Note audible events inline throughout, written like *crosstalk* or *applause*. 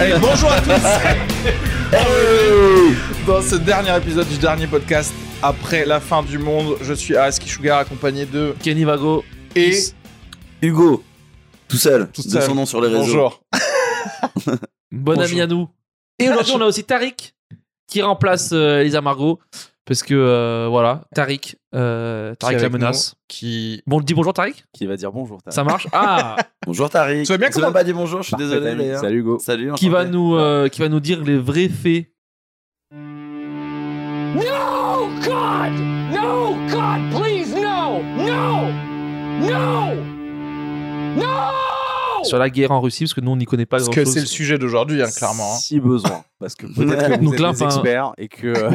Allez, bonjour *laughs* à tous Bienvenue Dans ce dernier épisode du dernier podcast après la fin du monde, je suis à Sugar accompagné de Kenny Vago. et Hugo, tout seul, Tout de seul. son nom sur les réseaux. bonjour. Bon Bonjour. ami à nous. Et aujourd'hui, on a aussi Tariq qui remplace euh, Elisa Margot. Parce que euh, voilà, Tariq, euh, Qui est Tariq la avec menace. nous, Qui Bon, dis bonjour Tariq, qui va dire bonjour. Tariq. ça marche. Ah, *laughs* Bonjour Tariq. Tu vas bien On s'est comment- même pas dit bonjour, je suis Parfait, désolé Tariq. d'ailleurs. Salut Hugo. Salut. qui va enchanté. nous, euh, qui va nous dire les vrais faits. No, God! No, God, please, no! No! No! No! sur la guerre en Russie parce que nous on n'y connaît pas Parce grand que chose. c'est le sujet d'aujourd'hui, hein, clairement. hein. Si besoin, parce que peut-être que vous Donc êtes là, des enfin- experts et que euh,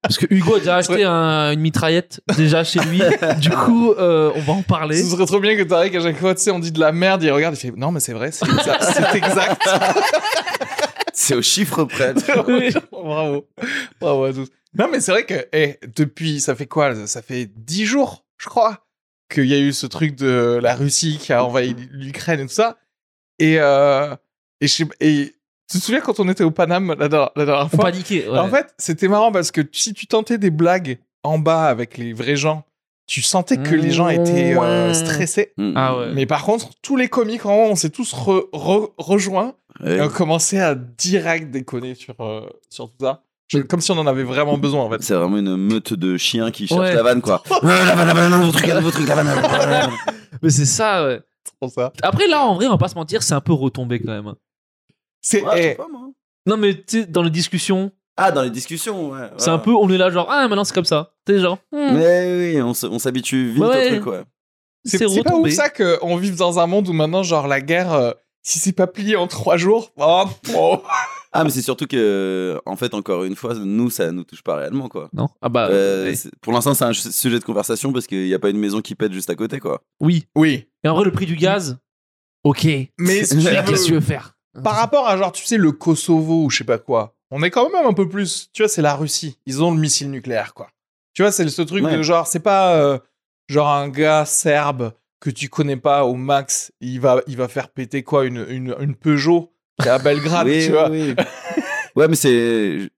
Parce que Hugo a déjà acheté un- une mitraillette déjà *laughs* chez lui. du coup, euh, on va en parler. Ce serait trop bien que Tariq, à chaque fois, tu sais, on dit de la merde, il regarde, il fait Non, mais c'est vrai, c'est *laughs* exact. *laughs* c'est exact. *laughs* C'est au chiffre près. *laughs* Bravo. Bravo à tous. Non, mais c'est vrai que, eh, depuis, ça fait quoi Ça fait 10 jours, je crois, qu'il y a eu ce truc de la Russie qui a envahi l'Ukraine et tout ça. Et, euh, et, je sais- et tu te souviens quand on était au Paname la, dernière- la dernière Faut fois paniquer. En fait, c'était marrant parce que si tu tentais des blagues en bas avec les vrais gens, tu sentais que les gens étaient euh, Mmh, Ouais. stressés. Hmm. Ah ouais. Mais par contre, tous les comiques, en haut, on s'est tous re- re- rejoints et on Ouais. commençait à direct déconner sur, euh, sur tout ça. Je- comme si on en avait vraiment besoin, en fait. C'est vraiment une meute de chiens qui cherchent Ouais. la vanne, *laughs* quoi. Ouais, la vanne, la vanne, un nouveau truc, un nouveau truc, la vanne. la vanne, la vanne. *laughs* Mais c'est ça. ouais. Pour ça. Après là, en vrai, on va pas se mentir, c'est un peu retombé quand même. hein. C'est Ouais, je sais eh, pas, moi. Non mais tu sais, dans les discussions, Ah, dans les discussions, ouais. c'est ouais. un peu, on est là genre ah maintenant c'est comme ça. T'es genre hmm, Mais oui, on s- on s'habitue vite Ouais. au truc, ouais. c'est- c'est c'est pas ouf retombé. ça qu'on vive dans un monde où maintenant, genre, la guerre, euh, si c'est pas plié en trois jours, oh, oh. Ah, mais c'est surtout que, en fait, encore une fois, nous, ça nous touche pas réellement, quoi. Non ah bah Euh, ouais. c'est- pour l'instant, c'est un ch- sujet de conversation parce qu'il n'y a pas une maison qui pète juste à côté, quoi. oui. Oui. Et en vrai, le prix du gaz. Ok. Mais si tu Mais *laughs* qu'est-ce que tu veux, veux faire par rapport à, genre, tu sais, le Kosovo ou je sais pas quoi, on est quand même un peu plus. Tu vois, c'est la Russie. Ils ont le missile nucléaire, quoi. Tu vois, c'est ce truc Ouais. de genre, c'est pas euh, genre un gars serbe que tu connais pas au max, il va, il va faire péter quoi Une, une, une Peugeot qui est à Belgrade, Oui, Ah, tu oui, vois. oui. *laughs* ouais, mais c'est. je-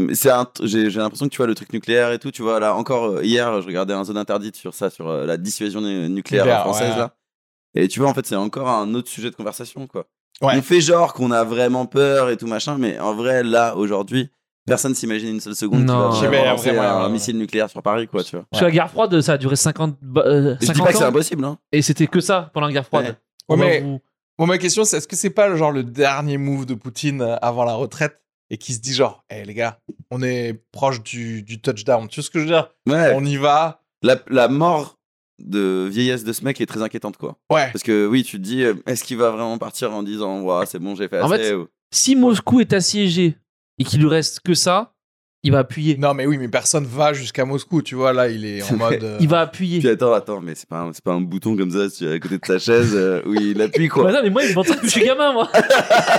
mais c'est un t- J'ai j'ai l'impression que tu vois le truc nucléaire et tout. Tu vois, là, encore euh, hier, je regardais un zone interdite sur ça, sur euh, la dissuasion nu- nucléaire Nucléaire, française, ouais. là. Et tu vois, en fait, c'est encore un autre sujet de conversation, quoi. Ouais. On fait genre qu'on a vraiment peur et tout machin, mais en vrai, là, aujourd'hui, personne s'imagine une seule seconde Non. qu'il J'ai va bien, vraiment lancer vraiment, euh, un ouais. missile nucléaire sur Paris, quoi, tu vois. Parce que la guerre froide, ça a duré 50, ba- euh, Et je dis 50 pas que c'est ans impossible, hein. et c'était que ça pendant la guerre froide. Ouais. On Ouais, va mais- vous- Bon, ma question, c'est est-ce que c'est pas le genre le dernier move de Poutine euh, avant la retraite et qui se dit genre, hé les gars, on est proche du, du touchdown. Tu vois ce que je veux dire Ouais. On y va. La, la mort de vieillesse de ce mec est très inquiétante, quoi. Ouais. Parce que oui, tu te dis, euh, est-ce qu'il va vraiment partir en disant, Ouah, c'est bon, j'ai fait En assez fait, ou- Si Moscou est assiégé et qu'il lui reste que ça, il va appuyer. Euh, Non, mais oui, mais personne va jusqu'à Moscou, tu vois. Là, il est *laughs* en mode. euh, Il va appuyer. Puis attends, attends, mais c'est pas, un- c'est pas un bouton comme ça sur- à côté de sa chaise euh, où il appuie, Bah quoi. non, mais moi, il me pensait que je suis gamin, *laughs* moi.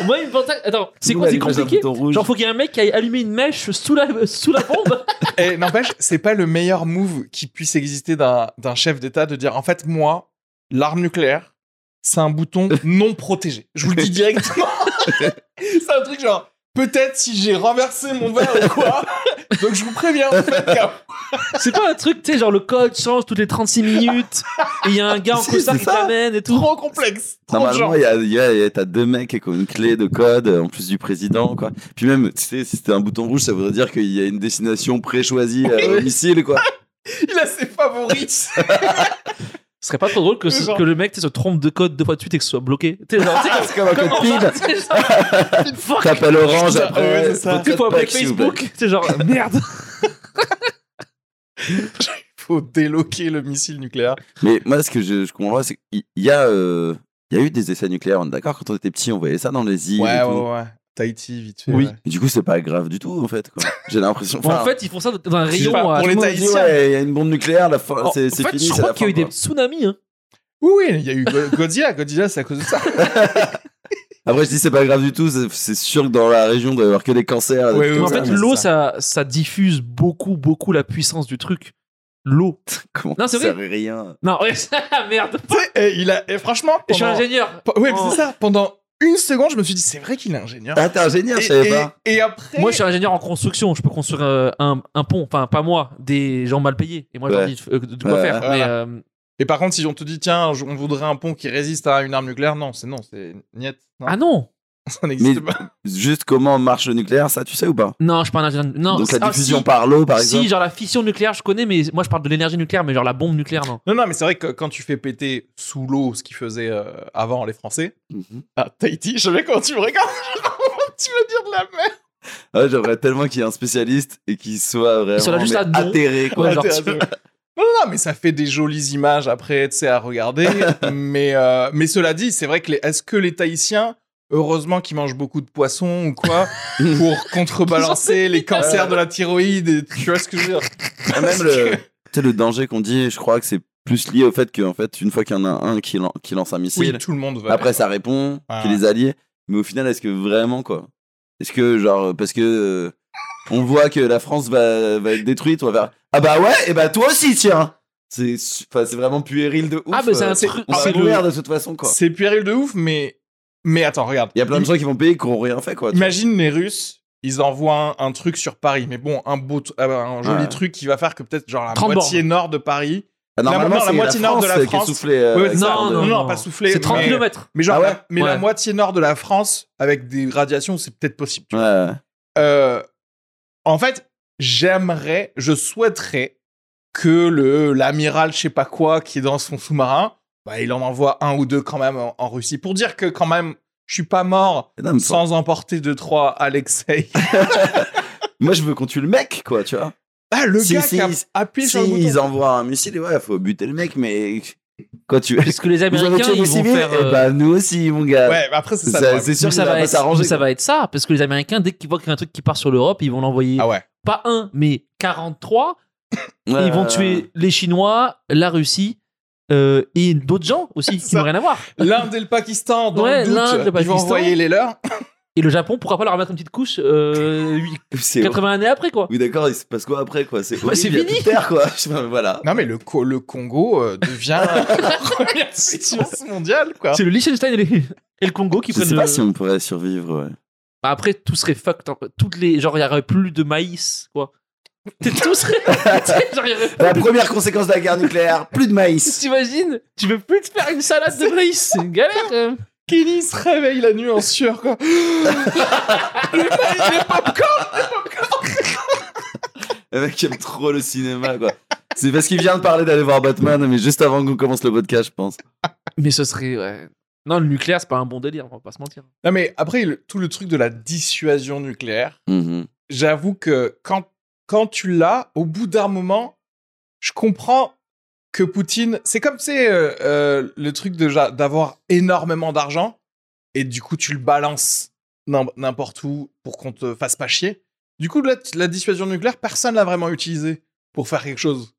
moi, il me pensait. Attends, c'est Nous, quoi à C'est l'image d'un compliqué bouton rouge. Genre, faut qu'il y ait un mec qui aille allumer une mèche sous la, sous la bombe. *laughs* Et n'empêche, c'est pas le meilleur move qui puisse exister d'un d'un chef d'État de dire en fait, moi, l'arme nucléaire, c'est un *laughs* bouton non protégé. Je vous le dis directement. c'est un truc genre, peut-être si j'ai renversé mon verre ou *laughs* quoi. Donc je vous préviens, en fait, qu'à- c'est pas un truc, tu sais, genre le code change toutes les 36 minutes. Et il y a un gars en *laughs* Si, costard c'est qui ça. t'amène et tout. trop complexe. Trop de Normalement, genre. il y a, il y a- il y a- t'as deux mecs qui ont une clé de code, euh, en plus du président, quoi. Puis même, tu sais, si c'était un bouton rouge, ça voudrait dire qu'il y a une destination pré-choisie euh, au *laughs* missile, quoi. Il a ses favoris. Ce serait pas trop drôle que, ce- Genre. que le mec tu sais, se trompe de code deux fois de suite et que ce soit bloqué. Tu sais, genre, tu sais, C'est comme un *laughs* comment code PIN. ça, tu sais, genre, Fuck T'appelles Orange Ouais, après. c'est ça. votre Tu sais, faut code appeler PAC, s'il vous plaît. Facebook. Tu sais, genre, merde. *laughs* Faut déloquer le missile nucléaire. Mais moi, ce que je, je comprends pas, c'est qu'il y a, euh, il y a eu des essais nucléaires, on est d'accord Quand on était petit, on voyait ça dans les îles. et Ouais, ouais, tout. ouais. Tahiti, vite fait. Oui. ouais. Et Du coup, c'est pas grave du tout, en fait. *laughs* quoi. J'ai l'impression. en fait, ils font ça dans un je sais rayon. pas, à- pour les tout le monde dit, Tahitiens. ouais, il y a une bombe nucléaire, la fin, En c'est fait, c'est fini, je c'est crois la qu'il y a fin. eu quoi. des tsunamis. Hein. Oui, oui, il y a eu Go- Godzilla. Godzilla, c'est à cause de *laughs* ça. Après, je dis c'est pas grave du tout. c'est- C'est sûr que dans la région, il doit y avoir que des cancers. des Ouais, trucs ouais, Mais en comme ouais. ça. fait, c'est l'eau, Euh, ça. Ça, diffuse beaucoup, beaucoup la puissance du truc. L'eau. Comment Non, c'est ça sert à rien. Non, ouais, *laughs* ça, merde. Tu sais, et il a, et franchement. Et je suis pendant- ingénieur. Pe- Ouais, mais Oh. c'est ça. Pendant une seconde, je me suis dit, c'est vrai qu'il est ingénieur. Ah, t'es ingénieur, je savais et, pas. et après, Moi, je suis ingénieur en construction. Je peux construire euh, un, un pont. Enfin, pas moi, des gens mal payés. Et moi, je leur Ouais. dis euh, de quoi Ouais. faire. Mais, Voilà. euh, et par contre, si on te dit, tiens, je- on voudrait un pont qui résiste à une arme nucléaire, non, c'est non, c'est niet, non, Ah non *laughs* ça n'existe Mais- pas. Juste comment marche le nucléaire, ça, tu sais ou pas Non, je suis pas un ingénieur. Non, Donc la ah, diffusion si. par l'eau, par exemple. Si, genre la fission nucléaire, je connais, mais moi je parle de l'énergie nucléaire, mais genre la bombe nucléaire, non. Non, non, mais c'est vrai que quand tu fais péter sous l'eau ce qu'ils faisaient euh, avant les Français, Mhm. à Ah, Tahiti, je savais quand tu me regardes, *laughs* tu veux dire de la merde. Ah, J'aimerais tellement qu'il y ait un spécialiste et qu'il soit vraiment soit là juste mais là, non. atterré. Quoi. Ouais, genre, t'es tu- à deux. Non, non, non, mais ça fait des jolies images après, tu sais, à *laughs* regarder. mais, euh, mais cela dit, c'est vrai que les- est-ce que les Tahitiens, heureusement qu'ils mangent beaucoup de poissons ou *laughs* quoi, pour contrebalancer les cancers de la thyroïde, et- tu vois ce que je veux dire Ah, même le, tu sais, le danger qu'on dit, je crois que c'est plus lié au fait qu'en fait, une fois qu'il y en a un qui, lan- qui lance un Oui, missile, tout le monde va. après ça répond, Ouais. qu'il est allié. Mais au final, est-ce que vraiment quoi Est-ce que genre parce que euh, on voit que la France va, va être détruite, on va faire ah bah ouais et bah toi aussi tiens. C'est enfin, c'est vraiment puéril de ouf. ah, mais c'est euh, un c'est- truc. on va c'est le- mourir de toute façon quoi. C'est puéril de ouf, mais. Mais attends, regarde. Il y a plein de gens qui vont payer et qui n'auront rien fait quoi. tu vois. Imagine les Russes, ils envoient un, un truc sur Paris, mais bon, un beau, t- euh, un joli Ouais. truc qui va faire que peut-être genre la 30 moitié nord de Paris. Ah, normalement, non, la c'est moitié nord de la euh, qui est France. soufflée, euh, Ouais, ouais, avec non, ça, en non, deux. non, pas soufflé. C'est 30 mais- km. Mais genre, Ah ouais la, mais la Ouais. moitié nord de la France avec des radiations, c'est peut-être possible. tu vois. Ouais. Euh, en fait, j'aimerais, je souhaiterais que le l'amiral, je sais pas quoi, qui est dans son sous-marin, bah, il en envoie un ou deux quand même en, en Russie pour dire que quand même, je suis pas mort Non, mais sans emporter deux trois Alexei. Moi, je veux qu'on tue le mec, quoi, tu vois. *laughs* Ah, le Si, gars si, qui a si, appuyé Si sur le bouton. ils envoient un missile, ouais, faut buter le mec, mais quoi, tu. Parce que les Vous avez Américains, tué ils vos vont civils faire. Eh euh, bah, nous aussi, mon gars. Ouais, mais après, c'est ça. Ça- le problème. c'est sûr mais que ça ça va, va pas être, s'arranger. mais ça va être ça, parce que les Américains, dès qu'ils voient qu'il y a un truc qui part sur l'Europe, ils vont l'envoyer *laughs* Ah ouais. pas un, mais 43. Ouais, et ils vont ouais, ouais. tuer les Chinois, la Russie euh, et d'autres gens *laughs* aussi qui ça. n'ont rien à voir. L'Inde et le Pakistan, dans Ouais, le doute, l'Inde, ils le vont Pakistan. envoyer les leurs. Et le Japon, pourquoi pas leur mettre une petite couche euh, huit- *laughs* C'est. 80 années après, *laughs* quoi. Oui, d'accord, il se passe quoi après, quoi C'est Bah, c'est horrible, il y a fini. tout terre, quoi. *laughs* Je sais pas, mais voilà. Non, mais le, co- le Congo euh, *laughs* devient la première puissance mondiale, quoi. C'est le Liechtenstein et, les- et le Congo qui Je prennent sais le- pas si on pourrait survivre, ouais. Bah après, tout serait fucked. hein. Toutes les... Genre, il n'y aurait plus de maïs, *laughs* quoi. T'es- tout serait. *laughs* Genre, y aurait plus La de- première conséquence de la guerre nucléaire, plus *laughs* de maïs. T'imagines Tu peux plus te faire une salade de maïs. C'est une galère, quand même. Kenny se réveille la nuit en sueur, quoi. le, pop Le mec aime trop le cinéma, quoi. C'est parce qu'il vient de parler d'aller voir Batman, mais juste avant qu'on commence le podcast, je pense. Mais ce serait. Ouais. Non, le nucléaire, c'est pas un bon délire, on va pas se mentir. Non, mais après, le- tout le truc de la dissuasion nucléaire, Mhm. j'avoue que quand, quand tu l'as, au bout d'un moment, je comprends que Poutine. C'est comme, tu sais, euh, euh, le truc de ja- d'avoir énormément d'argent et du coup, tu le balances n'im- n'importe où pour qu'on te fasse pas chier. Du coup, la, la dissuasion nucléaire, personne l'a vraiment utilisée pour faire quelque chose.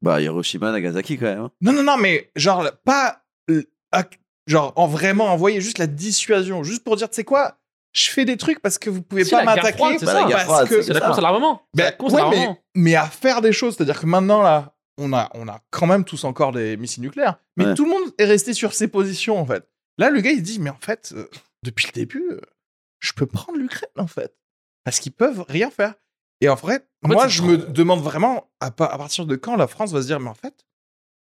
Bah, Hiroshima, Nagasaki, quand même. hein. Non, non, non, mais genre, la- pas. euh, ac- genre, en vraiment envoyer juste la dissuasion, juste pour dire, tu sais quoi, je fais des trucs parce que vous pouvez Si, pas la guerre m'attaquer. froide, c'est Bah, la parce guerre froide, que C'est la ça. course à l'armement. C'est la ben, course à ouais, l'armement. mais, mais à faire des choses. C'est-à-dire que maintenant, là, on a, on a quand même tous encore des missiles nucléaires. Mais Ouais. tout le monde est resté sur ses positions, en fait. Là, le gars, il dit, mais en fait, euh, depuis le début, euh, je peux prendre l'Ukraine, en fait. Parce qu'ils peuvent rien faire. Et en vrai, fait, moi, c'est je trop- me demande vraiment à, pa- à partir de quand la France va se dire, mais en fait,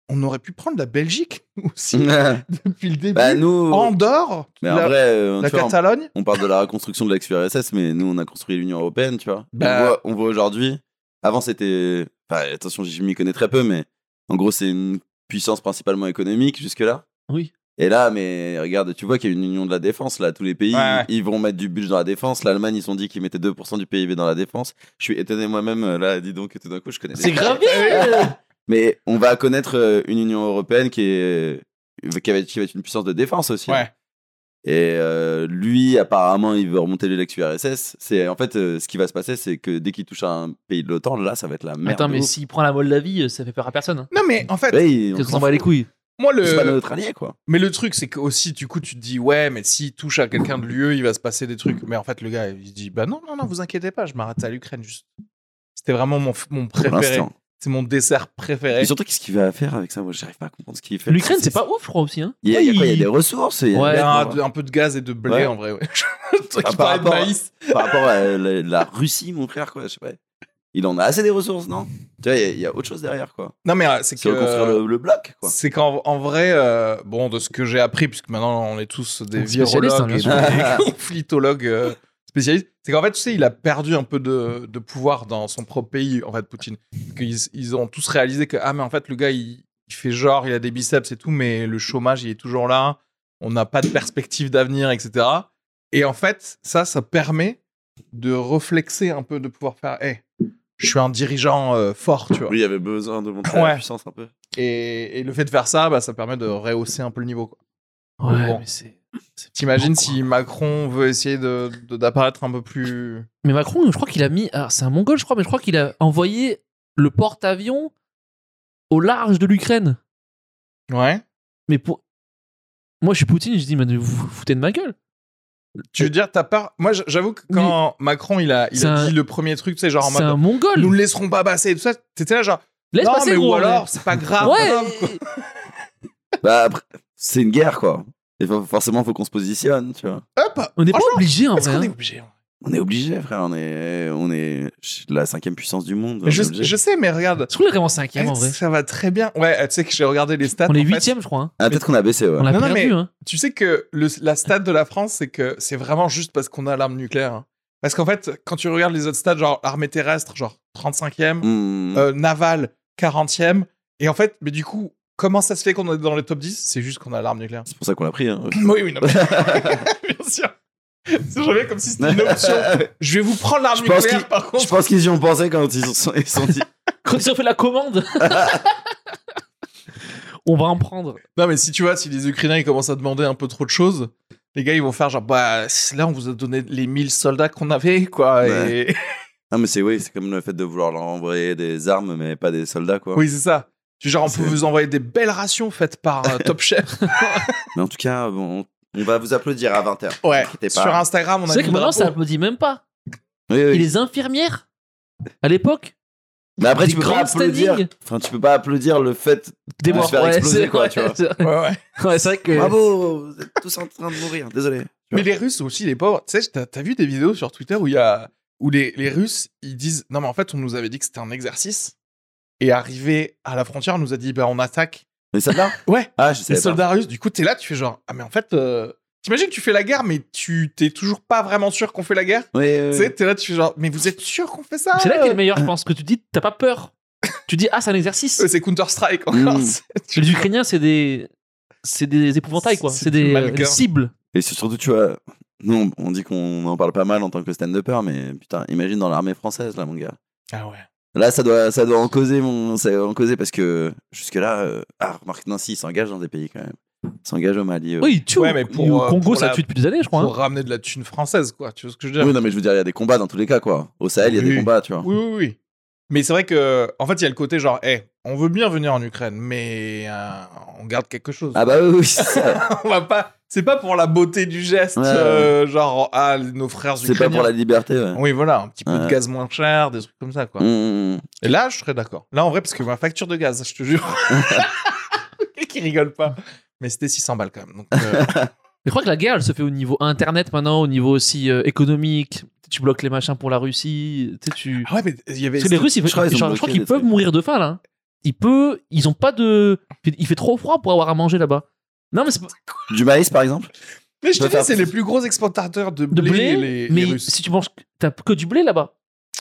on aurait pu prendre la Belgique *laughs* aussi *laughs* depuis le début. bah, nous. Andorre, Mais en la, vrai, euh, la tu vois, on- Catalogne. on parle de la reconstruction de l'ex-URSS, mais nous, on a construit l'Union Européenne, tu vois. Bah. On voit, on voit aujourd'hui. Avant, c'était. enfin, attention, je m'y connais très peu, mais en gros, c'est une puissance principalement économique jusque-là. Oui. Et là, mais regarde, tu vois qu'il y a une union de la défense, là. Tous les pays, Ouais, ouais. ils vont mettre du budget dans la défense. L'Allemagne, ils ont dit qu'ils mettaient 2% du PIB dans la défense. Je suis étonné moi-même, euh, là, dis donc, que tout d'un coup, je connais. des- C'est grave bien. Mais on va connaître euh, une Union Européenne qui est. Qui va, être, qui va être une puissance de défense aussi. hein. Ouais. Et euh, lui, apparemment, il veut remonter l'ex-URSS. C'est en fait euh, ce qui va se passer, c'est que dès qu'il touche à un pays de l'OTAN, là, ça va être la merde. Attends, de mais ouf. s'il prend la Moldavie, euh, ça fait peur à personne. Non, mais en fait, Ouais, il- on Qu'est-ce qu'on s'en s'en bat fout. les couilles euh, moi, le. C'est pas notre allié, quoi. Mais le truc, c'est que aussi, du coup, tu te dis, ouais, mais s'il touche à quelqu'un de l'UE, il va se passer des trucs. Mais en fait, le gars, il dit, bah non, non, non, vous inquiétez pas, je m'arrête à l'Ukraine, juste. C'était vraiment mon, f- mon Pour préféré. l'instant. C'est mon dessert préféré. Et surtout, qu'est-ce qu'il va faire avec ça Moi, j'arrive pas à comprendre ce qu'il fait. L'Ukraine, c'est pas ouf, je crois aussi. Hein. Il y a, il y a quoi Il y a Oui. des ressources il y a- Ouais, Il y a par, un, un peu de gaz et de blé Ouais. en vrai, ouais. *laughs* Le truc Ah, qui par parlait de rapport à- maïs. par rapport à la, la Russie, mon frère, quoi, je sais pas. Il en a assez des ressources, non Tu vois, il y a- il y, a autre chose derrière, quoi. Non, mais euh, c'est C'est reconstruire que. le, le bloc, quoi. C'est qu'en en vrai, euh, bon, de ce que j'ai appris, puisque maintenant on est tous des Spécialiste, hein, virologues bien et sûr. des *laughs* conflitologues euh, spécialistes, c'est qu'en fait, tu sais, il a perdu un peu de, de pouvoir dans son propre pays, en fait, Poutine. Qu'ils ils ont tous réalisé que, ah, mais en fait, le gars, il, il fait genre, il a des biceps et tout, mais le chômage, il est toujours là, on n'a pas de perspective d'avenir, etc. Et en fait, ça, ça permet de reflexer un peu, de pouvoir faire, hé, je suis un dirigeant euh, fort, tu vois. Oui, il y avait besoin de montrer la Ouais. puissance un peu. Et, et le fait de faire ça, bah, ça permet de rehausser un peu le niveau. quoi. Ouais, Bon. mais c'est. c'est hein. T'imagines flippant, quoi. si Macron veut essayer de de- d'apparaître un peu plus. Mais Macron, je crois qu'il a mis. Alors, c'est un mongol, je crois, mais je crois qu'il a envoyé le porte-avions au large de l'Ukraine. Ouais. Mais pour. Moi, je suis Poutine, je dis, mais vous vous foutez de ma gueule. Tu veux dire, t'as peur Moi, j- j'avoue que quand Macron il a, il C'est a un- dit le premier truc, tu sais, genre en C'est un mode mongol. nous ne laisserons pas passer et tout ça, t'étais là genre Laisse non passer, mais gros, ou ouais. alors c'est pas grave. grave, quoi. Ouais. Bah, après, c'est une guerre, quoi. Et fa- forcément, faut qu'on se positionne, tu vois. Hop. On n'est pas Franchement, obligé en Est-ce vrai. qu'on est hein. obligé hein On est obligé, frère. On est, on est la cinquième puissance du monde. on Mais je, est obligé. je sais, mais regarde, Je trouve qu'on est vraiment cinquième en eh, vrai. ça va très bien. Ouais, euh, tu sais que j'ai regardé les stats. On est en fait. huitième, je crois. hein. Ah, peut-être qu'on a baissé, ouais. On l'a Non, non, perdu. mais- *laughs* hein. Tu sais que le- la stat de la France, c'est que c'est vraiment juste parce qu'on a l'arme nucléaire. hein. Parce qu'en fait, quand tu regardes les autres stats, genre armée terrestre, genre 35e, Hmm. euh, navale 40e, et en fait, mais du coup, comment ça se fait qu'on est dans les top 10 C'est juste qu'on a l'arme nucléaire. C'est pour ça qu'on l'a *laughs* pris. Hein. *laughs* Oui, oui, non, *laughs* mais... bien sûr. C'est jamais comme si c'était une option. Je vais vous prendre l'arme Je pense nucléaire, qu'il- par je contre. pense qu'ils y ont pensé quand ils sont, ils sont dit. Quand ils ont fait la commande. *laughs* on va en prendre. Non, mais si tu vois, si les Ukrainiens ils commencent à demander un peu trop de choses, les gars, ils vont faire genre, bah là, on vous a donné les 1000 soldats qu'on avait, quoi. Ouais. Et... Ah, mais c'est oui, c'est comme le fait de vouloir leur envoyer des armes, mais pas des soldats, quoi. Oui, c'est ça. Du genre, on C'est- peut vous envoyer des belles rations faites par euh, Top *laughs* Chef. Mais en tout cas, bon, on, on va vous applaudir à 20h. Ouais. inquiétez pas. Sur Instagram, on C'est a vrai mis le que maintenant, ça drapeau. Euh, applaudit même pas. Oui, oui. Et les infirmières, à l'époque, Mais après, Des tu peux pas grandes applaudir. standings. Enfin, tu peux pas applaudir le fait. des Ouais, morts. se faire exploser, c'est- quoi, tu vois. c'est- Ouais, *laughs* ouais. *laughs* ouais, c'est vrai Euh. que. Bravo, vous êtes tous en train de mourir. Désolé. Mais les Russes aussi, les pauvres. Tu sais, t'as t'as vu des vidéos sur Twitter où il y a où les, les Russes ils disent non mais en fait on nous avait dit que c'était un exercice et arrivé à la frontière on nous a dit bah on attaque. Les soldats Ouais. Ah, je sais. Les soldats russes. Du coup t'es là tu fais genre ah mais en fait euh, t'imagines que tu fais la guerre mais tu t'es toujours pas vraiment sûr qu'on fait la guerre. Oui, oui, Tu oui. sais t'es là tu fais genre mais vous êtes sûr qu'on fait ça C'est là euh qu'il est meilleur, je pense, que tu dis, t'as pas peur. Tu dis, ah, c'est un exercice. Ouais, Euh, C'est Counter Strike encore. Mm. *laughs* C'est- Les Ukrainiens, c'est des. C'est des épouvantails, quoi. C'est C'est du des, malgain. des cibles. Et c'est surtout, tu vois, nous, on- on dit qu'on en parle pas mal en tant que stand-upper, mais putain, imagine dans l'armée française, là, mon gars. Ah ouais. Là, ça doit, ça doit en causer, mon, ça doit en causer parce que jusque-là, euh, ah, remarque, Nancy, il s'engage dans des pays quand même. Il s'engage au Mali. euh. Oui, ils tuent. Ouais, mais pour, Et au euh, Congo, pour ça la- tue depuis des années, je crois. hein. Pour ramener de la thune française quoi. Tu vois ce que je veux dire Oui, non, mais je veux dire, il y a des combats dans tous les cas, quoi. Au Sahel, il y a Oui. des combats, tu vois. Oui, oui, oui. Mais c'est vrai que, en fait, il y a le côté genre, Eh, on veut bien venir en Ukraine, mais euh, on garde quelque chose. Ah bah oui, oui, c'est ça. *laughs* on va pas. C'est pas pour la beauté du geste, Ouais, ouais. euh, genre, ah, nos frères c'est pas ukrainiens. pour la liberté. ouais. Oui, voilà, un petit peu de Ouais. gaz moins cher, des trucs comme ça, quoi. Mmh, mmh, Et là, je serais d'accord. Là, en vrai, parce que ma facture de gaz, je te *laughs* jure. Et qui rigole pas. Mais c'était 600 balles quand même. Donc, *laughs* euh, Mais Je crois que la guerre, elle se fait au niveau internet maintenant, au niveau aussi euh, économique. Tu bloques les machins pour la Russie. Tu sais, tu... ah ouais, mais il y avait. Parce que les Russes, ils peuvent- je crois genre, qu'ils je ont crois, bloqué qu'ils des peuvent trucs. mourir de faim là. hein. Ils peuvent, ils ont pas de. Il fait trop froid pour avoir à manger là-bas. Non mais c'est pas- mmh. Du maïs, par exemple Mais je te Doit dis, faire- c'est les plus gros exportateurs de de blé, blé. les, les mais Russes. si tu manges, t'as que du blé là-bas.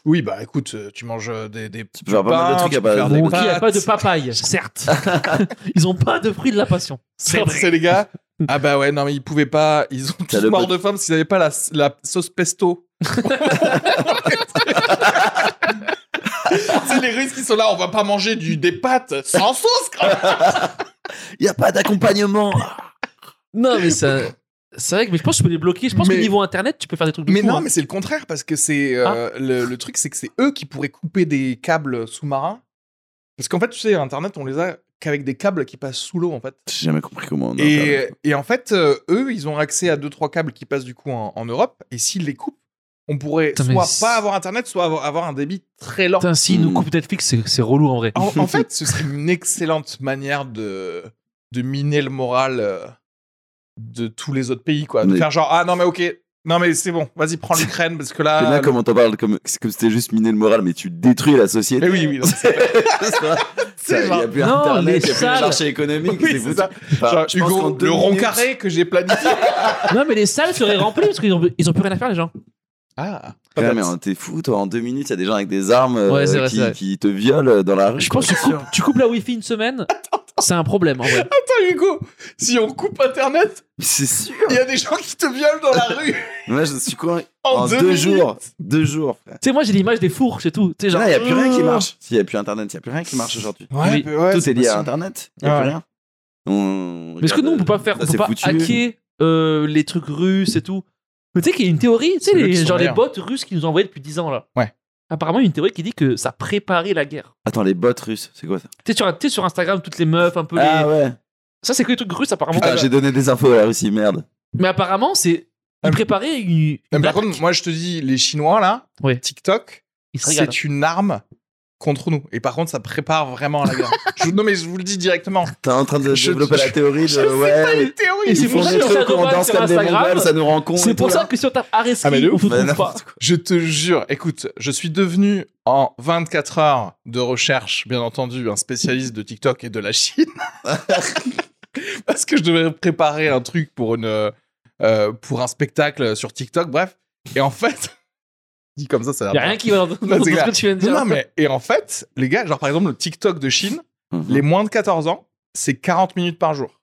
Oui, bah écoute, euh, tu manges euh, des, des Tu peux faire pas mal de pains, trucs tu à peux base faire de- des Ok, il y pâtes. a pas de *laughs* papaye, certes. ils ont pas de fruits de la passion. C'est c'est les *laughs* gars. Ah bah ouais, non mais ils pouvaient pas, ils ont *laughs* T'as tous le mort pot- de faim parce qu'ils n'avaient pas la, la sauce pesto. *laughs* C'est les Russes qui sont là, on va pas manger du, des pâtes sans sauce quand Ah, même. Il y a pas d'accompagnement. Non mais ça, c'est vrai que mais je pense que tu peux les bloquer. Je pense Mais- qu'au niveau internet, tu peux faire des trucs de Mais fou, non, hein. mais c'est le contraire parce que c'est Ah. euh, le, le truc, c'est que c'est eux qui pourraient couper des câbles sous-marins. Parce qu'en fait, tu sais, Internet, on les a qu'avec des câbles qui passent sous l'eau en fait. J'ai jamais compris comment on a Et, et en fait, euh, eux, ils ont accès à deux trois câbles qui passent du coup en, en Europe. Et s'ils les coupent, on pourrait Putain, mais soit c'est- pas avoir internet, soit avoir, avoir un débit très lent. Putain, s'ils nous coupent Netflix, c'est- c'est relou en vrai. En, en fait, ce serait une excellente manière de, de miner le moral euh, de tous les autres pays, quoi. De Mais- faire genre, ah non, mais ok, non, mais c'est bon, vas-y, prends l'Ukraine, parce que là. euh, J'aime bien le- comment t'en parles, comme c'est comme si t'es juste miné le moral, mais tu détruis la société. Mais Eh oui, *laughs* oui, non, c'est- Il c'est n'y a genre. plus Non, internet, il les n'y a plus le salles. marché économique. Oui, c'est c'est foutu. ça. Enfin, genre, je pense qu'en Hugo, deux le rond minutes- carré que j'ai planifié. non, mais les salles seraient remplies parce qu'ils ont, ils ont plus rien à faire, les gens. Ah, Putain, peut-être. mais hein, t'es fou, toi. En deux minutes, il y a des gens avec des armes euh, Ouais, c'est vrai, qui, c'est vrai. qui te violent euh, dans la *laughs* rue. Je pense que tu coupes, tu coupes la wifi une semaine, c'est un problème en vrai. Attends, Hugo, si on coupe internet, C'est sûr. il y a des gens qui te violent dans *laughs* la rue Moi, je suis quoi en, En deux, deux minutes. jours. Deux jours. frère. Tu sais, moi j'ai l'image des fours, c'est tout. Tu sais, genre. Euh, Là, il n'y a plus rien qui marche. S'il n'y a plus internet, il n'y a plus rien qui marche aujourd'hui. Ouais, Oui, mais ouais, Tout est lié à possible. internet. Il n'y a plus Ouais. rien. On- Mais est-ce que nous on peut pas faire, Là, on peut c'est pas foutu. hacker euh, les trucs russes et tout Mais tu sais qu'il y a une théorie, tu sais, C'est eux les- qui sont genre les meilleurs. bots russes qui nous ont envoyés depuis 10 ans là. Ouais. Apparemment, il y a une théorie qui dit que ça préparait la guerre. euh, Attends, les bots russes, c'est quoi ça Tu sais, sur, tu sais, sur Instagram, toutes les meufs, un peu les. Ah ouais. Ça, c'est que les trucs russes apparemment. Putain, j'ai donné des infos à la Russie, merde. Mais apparemment, c'est. Ah, Ils mais- préparaient une. Mais une par attaque. contre, moi, je te dis, les Chinois, là, Ouais. TikTok, Ils se regardent. c'est une arme contre nous. Et par contre, ça prépare vraiment à la *laughs* guerre. Je vous- non, mais je vous le dis directement. T'es en train de Je- développer je- la théorie Je sais de pas ouais. les théories. Et c'est ils pour font ça des que trucs. ça- qu'on danse comme des Instagram, mongols, ça nous rend con. C'est pour ça que si on tape Areski, Ah, mais de on ouf. te Bah, trouve pas. n'importe quoi. Je te jure, écoute, je suis devenu en 24 heures de recherche, bien entendu, un spécialiste de TikTok et de la Chine. *laughs* Parce que je devais préparer un truc pour, une, euh, pour un spectacle sur TikTok, bref. Et en fait, *laughs* dit comme ça, ça a Y a l'air rien qui va dans, dans ce clair. que tu viens de Non, dire. non, mais et en fait, les gars, genre par exemple le TikTok de Chine, Mhm. *laughs* les moins de 14 ans, c'est 40 minutes par jour.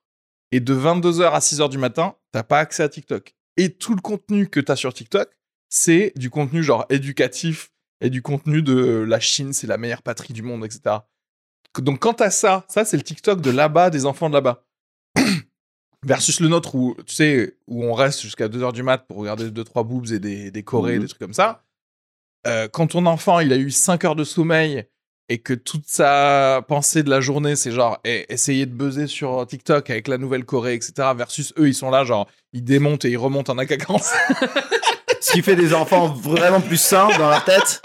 Et de 22h à 6h du matin, t'as pas accès à TikTok. Et tout le contenu que t'as sur TikTok, c'est du contenu genre éducatif et du contenu de euh, la Chine, c'est la meilleure patrie du monde, etc. Donc quand t'as ça, ça c'est le TikTok de là-bas, des enfants de là-bas. *coughs* Versus le nôtre où, tu sais, où on reste jusqu'à 2h du mat pour regarder 2-3 boobs et des, des chorés, Mhm. des trucs comme ça. Euh, quand ton enfant il a eu 5 heures de sommeil et que toute sa pensée de la journée c'est genre eh, essayer de buzzer sur TikTok avec la nouvelle Corée etc versus eux ils sont là genre ils démontent et ils remontent en AK-47 Ce qui fait des enfants vraiment plus sains dans leur tête.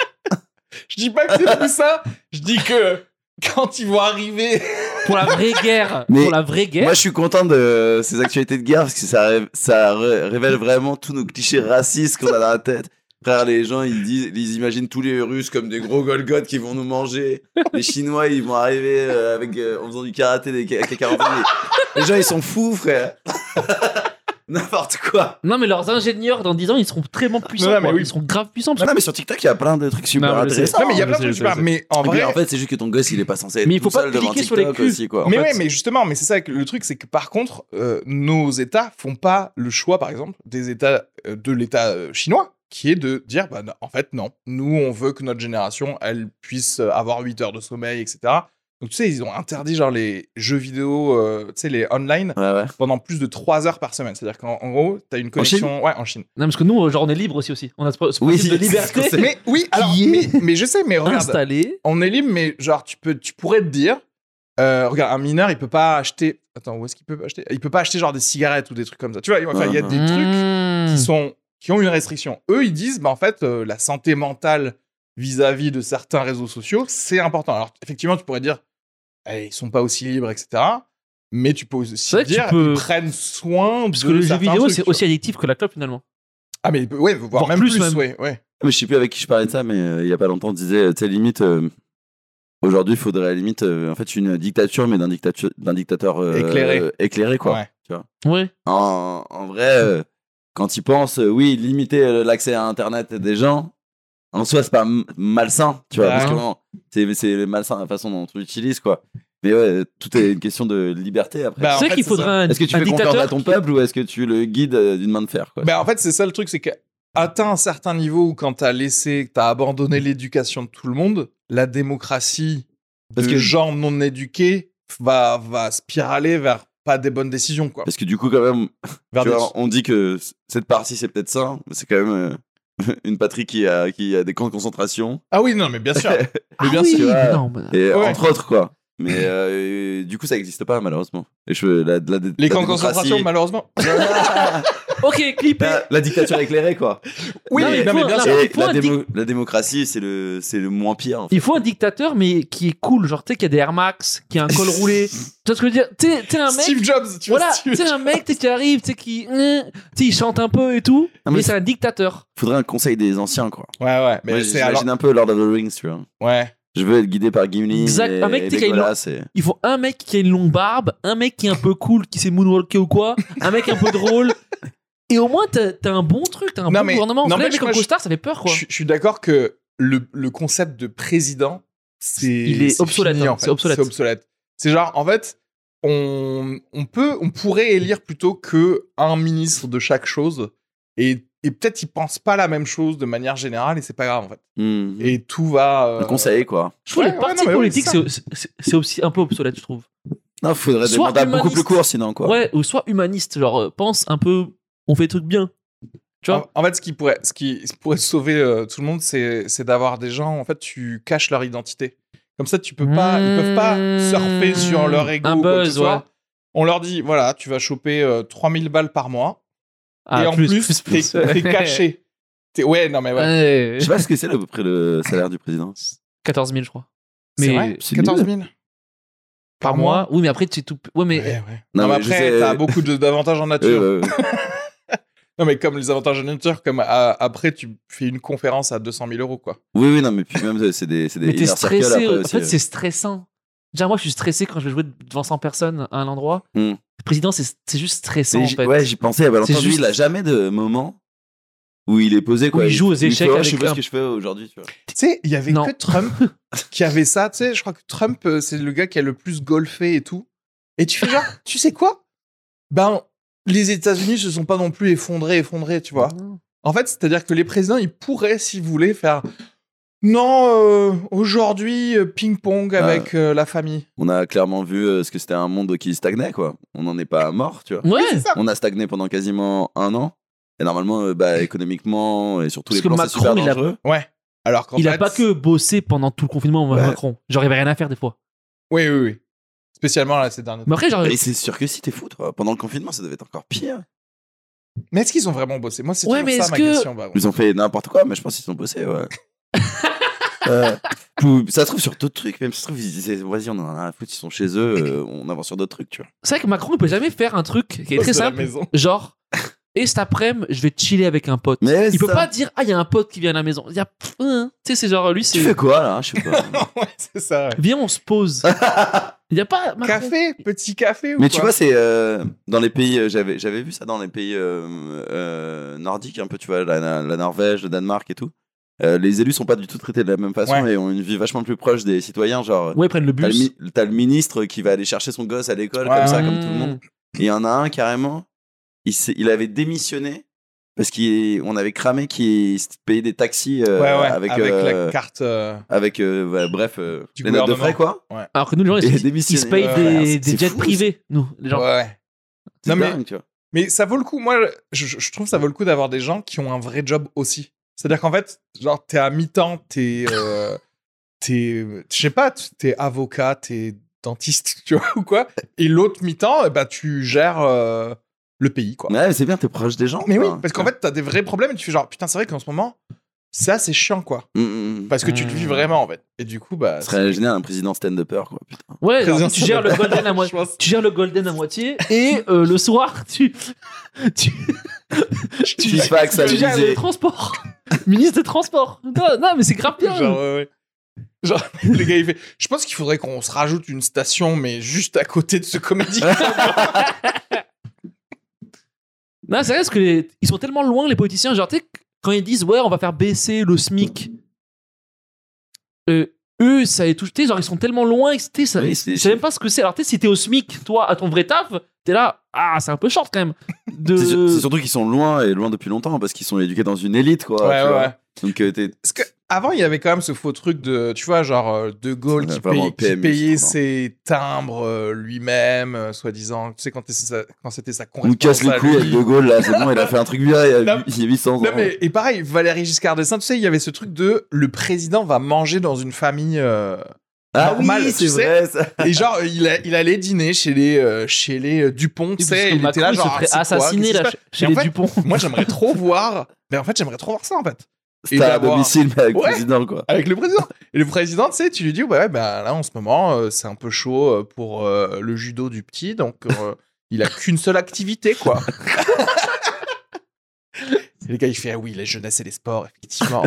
je dis pas que c'est plus ça je dis que quand ils vont arriver Pour la vraie guerre. Mais pour la vraie guerre. Moi, je suis content de ces actualités de guerre parce que ça, ré- ça ré- révèle vraiment tous nos clichés racistes qu'on a dans la tête. Frère, les gens, ils disent, ils imaginent tous les Russes comme des gros Golgotes qui vont nous manger. Les Chinois, ils vont arriver euh, avec, euh, en faisant du karaté des AK-47. Les gens, ils sont fous, frère. *laughs* N'importe quoi. Non, mais leurs ingénieurs, dans 10 ans, ils seront très puissants. Non, non, mais quoi. oui. Ils seront grave puissants. parce Bah, Non, non, mais sur TikTok, il y a plein de trucs super Non, mais le- intéressants. non mais il y a mais plein de c'est- trucs c'est- super, c'est- mais en Et puis, vrai en fait, c'est juste que ton gosse, il est pas censé être Mais il faut tout pas seul devant cliquer sur les TikTok culs. aussi, quoi. En mais fait, ouais, mais justement, mais c'est ça que le truc, c'est que par contre, euh, nos États font pas le choix, par exemple, des États euh, de l'État euh, chinois, qui est de dire, bah, non, en fait, non, nous, on veut que notre génération, elle puisse euh, avoir 8 heures de sommeil, etc. Donc, tu sais, ils ont interdit, genre, les jeux vidéo, euh, tu sais, les online, Ouais, ouais. pendant plus de 3 heures par semaine. C'est-à-dire qu'en en gros, t'as une connexion. ouais, en Chine. Non, parce que nous, genre, on est libre aussi. aussi. On a ce, ce principe de c'est ce liberté qu'on sait. Mais oui, alors, Qui mais, est- mais je sais, mais regarde, installée. on est libre, mais genre, tu, peux, tu pourrais te dire, euh, regarde, un mineur, il peut pas acheter. Attends, où est-ce qu'il peut pas acheter Il peut pas acheter genre des cigarettes ou des trucs comme ça. Tu vois, enfin, il y a des trucs Hmm. qui, sont, qui ont une restriction. Eux, ils disent, bah, en fait, euh, la santé mentale vis-à-vis de certains réseaux sociaux, c'est important. Alors, effectivement, tu pourrais dire, eh, ils sont pas aussi libres, etc. Mais tu peux C'est aussi vrai que tu dire, peux- ils prennent soin. Parce de que le jeu certains vidéo, trucs, c'est tu vois. aussi addictif que la clope, finalement. Ah, mais ouais, voire, Voire même plus, plus, même. ouais, ouais. Mais je sais plus avec qui je parlais de ça, mais euh, il y a pas longtemps, on disait, tu sais, limite, euh, aujourd'hui, il faudrait limite, euh, en fait, une dictature, mais d'un dictateur, d'un dictateur euh, Éclairé. euh, éclairé, quoi. Ouais. Ouais. En, en vrai, euh, quand ils pensent, euh, oui, limiter euh, l'accès à Internet des gens, en soi, c'est pas m- malsain, tu vois, Bah, parce que non. bon, c'est, c'est malsain la façon dont tu l'utilises, quoi. Mais ouais, euh, tout est une question de liberté après. Bah, en c'est fait, vrai qu'il c'est faudrait ça. un, est-ce que tu un fais dictateur. confiance à ton qui- peuple ou est-ce que tu le guides euh, d'une main de fer, quoi Ben, en fait, c'est ça le truc, c'est qu'atteint un certain niveau où quand t'as laissé, que t'as Mmh. abandonné l'éducation de tout le monde, la démocratie Parce de que- gens non éduqués va, va spiraler vers pas des bonnes décisions, quoi. Parce que du coup, quand même, Vers Tu des- vois, on dit que c- cette partie c'est peut-être ça, mais c'est quand même euh, *laughs* une patrie qui a, qui a des camps de concentration. *laughs* Ah oui, non, mais bien sûr. mais bien oui, sûr. tu vois. mais non, mais- Et Ouais. entre autres, quoi. Mais euh, du coup, ça n'existe pas, malheureusement. Et je, la, la, la Les camps de démocratie- concentration, malheureusement. Ok, clippé. la, la dictature éclairée, quoi. Euh, Oui, Non, mais non, mais faut- bien non, sûr. mais Et il faut la, un dic- démo- la démocratie, c'est le, c'est le moins pire. en fait. Il faut un dictateur, mais qui est cool. Genre, tu sais, qui a des Air Max, qui a *laughs* un col roulé. Tu vois ce que je veux dire Tu sais- tu sais, un mec. Steve Jobs, tu Voilà, vois. tu Steve- sais, un mec tu sais, qui arrive, tu sais, qui. euh, Tu sais, il chante un peu et tout. Ah, mais mais c'est un dictateur. Faudrait un conseil des anciens, quoi. Ouais, ouais. Moi, Mais c'est alors. J'imagine un peu Lord of the Rings, tu vois. Ouais. Je veux être guidé par Gimli. Exact, Et, un mec, et tu sais, qui a une Legolas et- Il faut un mec qui a une longue barbe, un mec qui est un peu cool, qui sait moonwalker ou quoi, un mec un peu drôle. Et au moins, t'as t'as un bon truc, t'as un Non, bon mais- gouvernement. non, Là, mais les mecs moi, comme je- costard, ça fait peur, quoi. Je suis- je suis d'accord que le, le concept de président, c'est. Il est c'est obsolète, fini, hein, en fait. c'est obsolète. C'est obsolète. C'est genre, en fait, on, on peut, on pourrait élire plutôt que un ministre de chaque chose. Et, et peut-être ils pensent pas la même chose de manière générale et c'est pas grave, en fait. Mm. Hmm. Et tout va. euh, Un conseil, quoi. Je trouve Ouais, les ouais, partis non, mais oui, politiques, c'est c'est- c'est c'est aussi un peu obsolète, je trouve. Non, faudrait des Soit mandats beaucoup humaniste. plus courts, sinon, quoi. Ouais, ou soit humaniste, genre, euh, pense un peu, on fait des trucs bien. Tu vois En, en fait, ce qui pourrait, ce qui pourrait sauver euh, tout le monde, c'est c'est d'avoir des gens. En fait, tu caches leur identité. Comme ça, tu peux pas, ils peuvent pas Mmh. surfer sur leur ego. Un ou quoi que buzz, ce soit. ouais. On leur dit, voilà, tu vas choper euh, 3000 balles par mois. Ah, et en plus, t'es t'es caché. T'es- ouais, non mais ouais. Ouais. Je sais pas ce que c'est, là, à peu près, le salaire du président. 14 000, je crois. C'est mais- vrai, c'est 14 000 Par mois. Oui, mais après, tu es tout. Ouais, mais. Ouais, ouais. Non, mais mais je après, sais- t'as beaucoup de- d'avantages en nature. Euh, euh, Non, mais comme les avantages en nature, comme à- après, tu fais une conférence à 200 000 euros, quoi. oui, oui, non, mais puis même, euh, c'est des, c'est des Mais t'es inner circles stressé. après en aussi, fait, euh. c'est stressant. Déjà, moi, je suis stressé quand je vais jouer devant 100 personnes à un endroit. Hmm. Le président, c'est c'est juste stressant, Mais en j'y- fait. Ouais, j'y pensais à Valentin. C'est Lui, juste- il a jamais de moment où il est posé, quoi. il joue aux échecs fait, oh, avec Je sais pas un- ce que je fais aujourd'hui, tu vois. Tu sais, il y avait Non. que *laughs* Trump qui avait ça. Tu sais, je crois que Trump, euh, c'est le gars qui a le plus golfé et tout. Et tu *laughs* fais genre, tu sais quoi Ben, les États-Unis se sont pas non plus effondrés, effondrés, tu vois. En fait, c'est-à-dire que les présidents, ils pourraient, s'ils voulaient, faire non, euh, aujourd'hui, euh, ping-pong avec euh, la famille. On a clairement vu euh, ce que c'était un monde qui stagnait, quoi. On n'en est pas mort, tu vois. Ouais, C'est ça. On a stagné pendant quasiment un an. Et normalement, euh, bah, économiquement et sur tous parce les que plans, c'est super Macron, il a, dangereux. Ouais. Alors qu'en il a fait- pas que bossé pendant tout le confinement, Ouais. Macron. Genre, il avait rien à faire des fois. Oui, oui, oui. Spécialement là ces derniers temps. Mais après, genre, Et c'est sûr que si t'es fou, toi. Pendant le confinement, ça devait être encore pire. Mais est-ce qu'ils ont vraiment bossé Moi, c'est Ouais, toujours mais ça est-ce ma que- question. bah, ouais. Ils ont fait n'importe quoi, mais je pense qu'ils sont bossés, ouais. *laughs* Euh, pou- ça se trouve sur d'autres trucs, même. Ça se trouve, ils disaient, vas-y, on en a rien à foutre, ils sont chez eux, euh, on avance sur d'autres trucs, tu vois. c'est vrai que Macron, il peut jamais faire un truc qui est Bosse de très la simple. maison. *laughs* Genre, *laughs* et cet après-midi, je vais chiller avec un pote. Mais Il peut ça- pas dire, ah, il y a un pote qui vient à la maison. Il y a. pff, hein. Tu sais, c'est genre, lui, Tu c'est. fais quoi, là Je *laughs* sais pas. ouais, c'est ça. ouais. Viens, on se *laughs* pose. Il y a pas. Macron. Café, petit café ou Mais tu quoi vois, c'est euh, dans les pays, euh, j'avais j'avais vu ça dans les pays euh, euh, nordiques, un peu, tu vois, la, la- la Norvège, le Danemark et tout. Euh, les élus sont pas du tout traités de la même façon Ouais. et ont une vie vachement plus proche des citoyens. Genre, Ouais, ils prennent le t'as le, bus. mi- t'as le ministre qui va aller chercher son gosse à l'école, Ouais, comme ça, ouais. comme tout le Hmm. monde. Et il y en a un carrément, il, s'est- il avait démissionné parce qu'on avait cramé qu'il se payait des taxis euh, Ouais, ouais, avec, avec, euh, la carte. euh, avec, euh, bah, bref, euh, Du les notes de gouvernement. frais, quoi. Alors que nous, les gens, Et ils, se- démissionner. ils se payent Ouais, des, ouais, c'est- des c'est jets fou, privés, nous. Les gens. ouais, ouais. C'est Non, mais- dingue, tu vois. Mais ça vaut le coup. Moi, je, je- je trouve ça vaut le coup d'avoir des gens qui ont un vrai job aussi. C'est-à-dire qu'en fait, genre, t'es à mi-temps, t'es. euh, t'es. Je sais pas, t'es avocat, t'es dentiste, *laughs* tu vois, ou quoi. Et l'autre mi-temps, eh ben, tu gères euh, le pays, quoi. Ouais, mais c'est bien, t'es proche des gens. Mais oui, quoi. parce qu'en fait, t'as des vrais problèmes et tu fais genre, putain, c'est vrai qu'en ce moment, ça, c'est chiant, quoi. Mm, mm, mm. Parce que tu le vis Hmm. vraiment, en fait. Et du coup, bah. Ce c'est- serait génial un président stand-upper, *laughs* quoi. Putain. Ouais, Président alors, tu gères le *laughs* golden à moitié. Tu gères le golden à moitié et euh, le soir tu *laughs* tu, tu, Six packs, ça tu gères lisait. le transport. *laughs* Ministre des transports. Non, non mais c'est grave bien. Genre, ouais, ouais. Genre, *laughs* le gars, il fait Je pense qu'il faudrait qu'on se rajoute une station, mais juste à côté de *laughs* ce comédie. Non, c'est vrai parce que les- ils sont tellement loin les politiciens, genre tu sais quand ils disent ouais, on va faire baisser le SMIC. euh, eux, ça les touche. Tu sais, genre, ils sont tellement loin, tu sais, ça- Oui, ils c'est- savent même pas ce que c'est. Alors, tu sais, si t'es au SMIC, toi, à ton vrai taf, t'es là, ah, c'est un peu short quand même. De... C'est sur- c'est surtout qu'ils sont loin et loin depuis longtemps parce qu'ils sont éduqués dans une élite, quoi. tu vois. Donc, euh, t'es. Parce que avant, il y avait quand même ce faux truc de, tu vois, genre euh, De Gaulle Ça qui, va vraiment paye- qui PMU, payait c'est trop ses timbres euh, lui-même, euh, soi-disant. Tu sais, quand, t'es- ça- quand c'était sa On nous correspondance. casse les à couilles lui. avec De Gaulle, là, c'est bon, il a fait un truc bien il y a, Non, il y a 800 ans. Non, mais, et pareil, Valéry Giscard d'Estaing, tu sais, il y avait ce truc de le président va manger dans une famille euh, Ah normal, oui, tu c'est sais. vrai. ça. Et genre, il, a- il allait dîner chez les, euh, chez les euh, Dupont, tu Parce sais, que il était Macron, là, il se genre, ferait ah, c'est quoi assassiner Qu'est-ce qui là, se passe chez Et en les fait, Dupont. Moi, j'aimerais trop voir, mais en fait, j'aimerais trop voir ça, en fait. C'était à d'avoir- domicile, mais avec le Ouais. président, quoi. Avec le président. Et le président, tu sais, tu lui dis, ouais, bah, là, en ce moment, euh, c'est un peu chaud euh, pour euh, le judo du petit, donc euh, il a qu'une seule activité, quoi. *laughs* Et le gars, il fait, ah oui, la jeunesse et les sports, effectivement.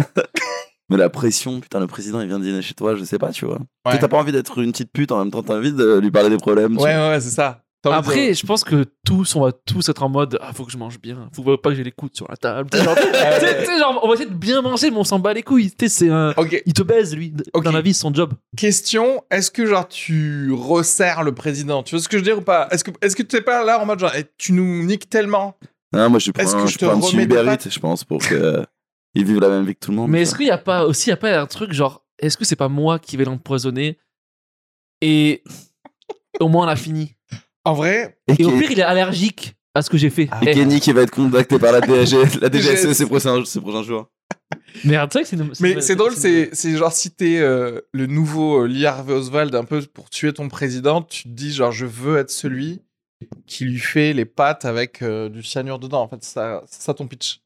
Mais la pression, putain, le président, il vient dîner chez toi, je sais pas, tu vois. Ouais. Toi, T'as pas envie d'être une petite pute, en même temps, t'as envie de lui parler des problèmes. tu ouais, ouais, ouais, c'est ça. T'as envie de- Après, je pense que tous, on va tous être en mode Ah, faut que je mange bien, faut pas que j'ai les coudes sur la table. Tu *laughs* sais, genre, tu sais, tu sais, genre, on va essayer de bien manger, mais on s'en bat les couilles. Tu sais, c'est un. Ok, Il te baise, lui, d- Ok. dans la vie, c'est son job. question, est-ce que genre tu resserres le président Tu vois ce que je veux dire ou pas Est-ce que est-ce que tu es pas là en mode genre eh, tu nous niques tellement Non, moi, je prends, Est-ce que un- je je te prends un petit remets des Uber pâtes Eats, je pense, *laughs* pour que ils vivent la même vie que tout le monde. Mais tu est-ce qu'il n'y a pas aussi y a pas un truc genre Est-ce que c'est pas moi qui vais l'empoisonner Et au moins, on a fini. En vrai, vois. Et au Et pire, il est allergique à ce que j'ai fait. Ah. Eh, Et Kenny qui va être contacté *laughs* par la DG, la DGSE DGSE. ces prochains, ces prochains jours. Merde, c'est vrai que bah, c'est une- une- mais c'est drôle, une- c'est c'est genre si t'es euh, le nouveau euh, Lee Harvey Oswald un peu pour tuer ton président, tu te dis genre je veux être celui qui lui fait les pattes avec euh, du cyanure dedans. En fait, c'est ça, c'est ça ton pitch.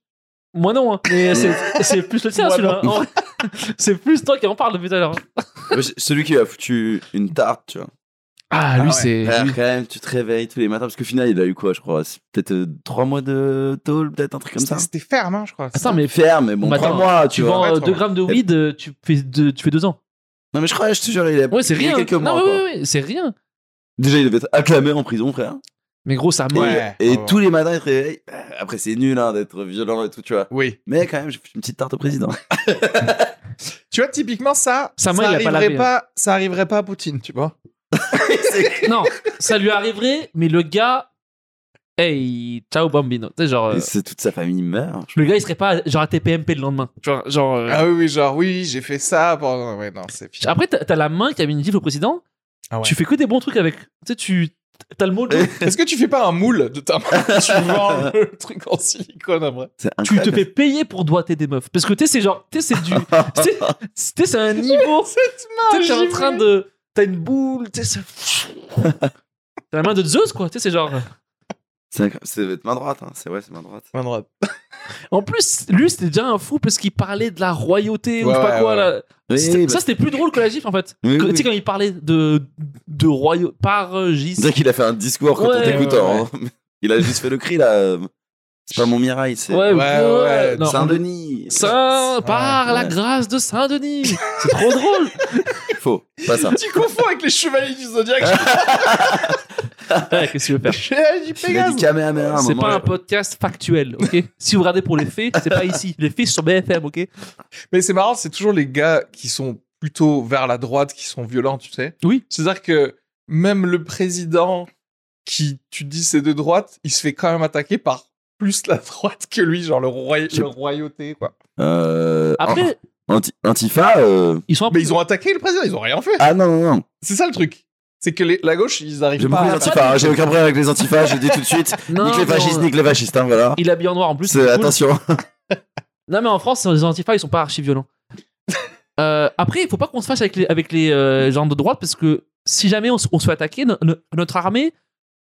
Moi non, hein. *laughs* mais c'est c'est plus le tien Moi celui-là. hein. *laughs* En vrai, C'est plus toi qui en parle depuis tout à l'heure. hein. Moi, j'ai- Celui qui a foutu une tarte, tu vois. Ah, lui, lui, ouais. c'est. Frère, quand même, tu te réveilles tous les matins, parce qu'au final, il a eu quoi, je crois c'est Peut-être euh, trois mois de tôle, peut-être un truc comme ça. C'était- C'était ferme, hein, je crois. Attends, mais Ferme, mais bon, Mais trois Bah, attends, mois, tu tu vois. vends ouais, 2 toi. grammes de weed, euh, tu fais 2 tu fais deux ans. Non, mais je crois, je te jure, il a Ouais, c'est il y a rien. quelques non, mois, ouais, quoi. ouais, ouais, c'est rien. Déjà, il devait être acclamé en prison, frère. Mais gros, ça Et, meurt. Ouais, et ouais, ouais. tous les matins, il te réveille. Après, c'est nul hein, d'être violent et tout, tu vois. Oui. Mais quand même, j'ai foutu une petite tarte au président. Tu vois typiquement ça, ça, Sa main, il l'a pas arriverait lavé, hein. pas, ça arriverait pas à Poutine, tu vois. Non, ça lui arriverait, mais le gars. Hey, ciao bambino. Tu sais, genre. euh, Et c'est toute sa famille meurt. le gars, il serait pas genre à TPMP le lendemain. Tu vois, genre. euh, Ah oui, oui, genre oui, j'ai fait ça pendant. Ouais, non, c'est pire. Après, t'as t'as la main qui a mis une gifle au président. Ah ouais. Tu fais que des bons trucs avec. Tu sais, tu. T'as le mot. de- Est-ce que tu fais pas un moule de ta main Tu *laughs* vends le truc en silicone après. C'est Tu te incroyable. fais payer pour doigter des meufs. Parce que tu sais, c'est genre. Tu sais, c'est du. tu sais, tu sais, c'est un niveau. Cette Tu main sais, t'es en givrée. train de. T'as une boule, tu sais, c'est- *laughs* T'as la main de Zeus, quoi. Tu sais, c'est genre. C'est incroyable. C'est votre main droite, hein. c'est ouais, c'est main droite. Main droite. En plus, lui, c'était déjà un fou parce qu'il parlait de la royauté ou Ouais, je sais pas ouais, quoi. ouais. Là. Oui, C'était- oui, ça, bah, c'était plus drôle que la gif, en fait. Oui, Que- oui, Tu sais, oui. quand il parlait de, de royauté par euh, Gis. c'est vrai qu'il a fait un discours quand Ouais, on t'écoute. hein. *laughs* Il a juste fait le cri là. euh, C'est pas mon Mirail, c'est Ouais, ouais, ouais, non. Saint-Denis. Saint, par la ouais. grâce de Saint-Denis. C'est trop drôle. Faux, pas ça. Tu confonds avec les chevaliers du zodiaque. Ouais, qu'est-ce que tu *laughs* veux faire J'ai du Il a Pégase. dit Kamehameha. à un C'est moment, pas je- un podcast factuel, ok Si vous regardez pour les faits, c'est pas ici. Les faits, c'est sur BFM, ok Mais c'est marrant, c'est toujours les gars qui sont plutôt vers la droite qui sont violents, tu sais. Oui. C'est-à-dire que même le président qui, tu te dis, c'est de droite, il se fait quand même attaquer par plus la *laughs* droite que lui, genre le, roi- Je- le royauté, quoi. Euh, Après, anti- Antifa. euh, ils sont un peu- Mais ils ont attaqué le président, ils ont rien fait. Ah non, non, non. C'est ça le truc. C'est que les- la gauche, ils arrivent J'aime beaucoup pas les à... antifas. hein. J'ai aucun problème avec les antifas, je le dis tout de *laughs* suite. Non, nique mais les fascistes, on- nique les fascistes, hein, voilà. Il habille en noir en plus. C'est- c'est cool. Attention. Non, mais en France, les antifas, ils sont pas archi violents. Euh, après, il faut pas qu'on se fâche avec les, avec les euh, gens de droite parce que si jamais on, se- on se fait attaquer, no- no- notre armée,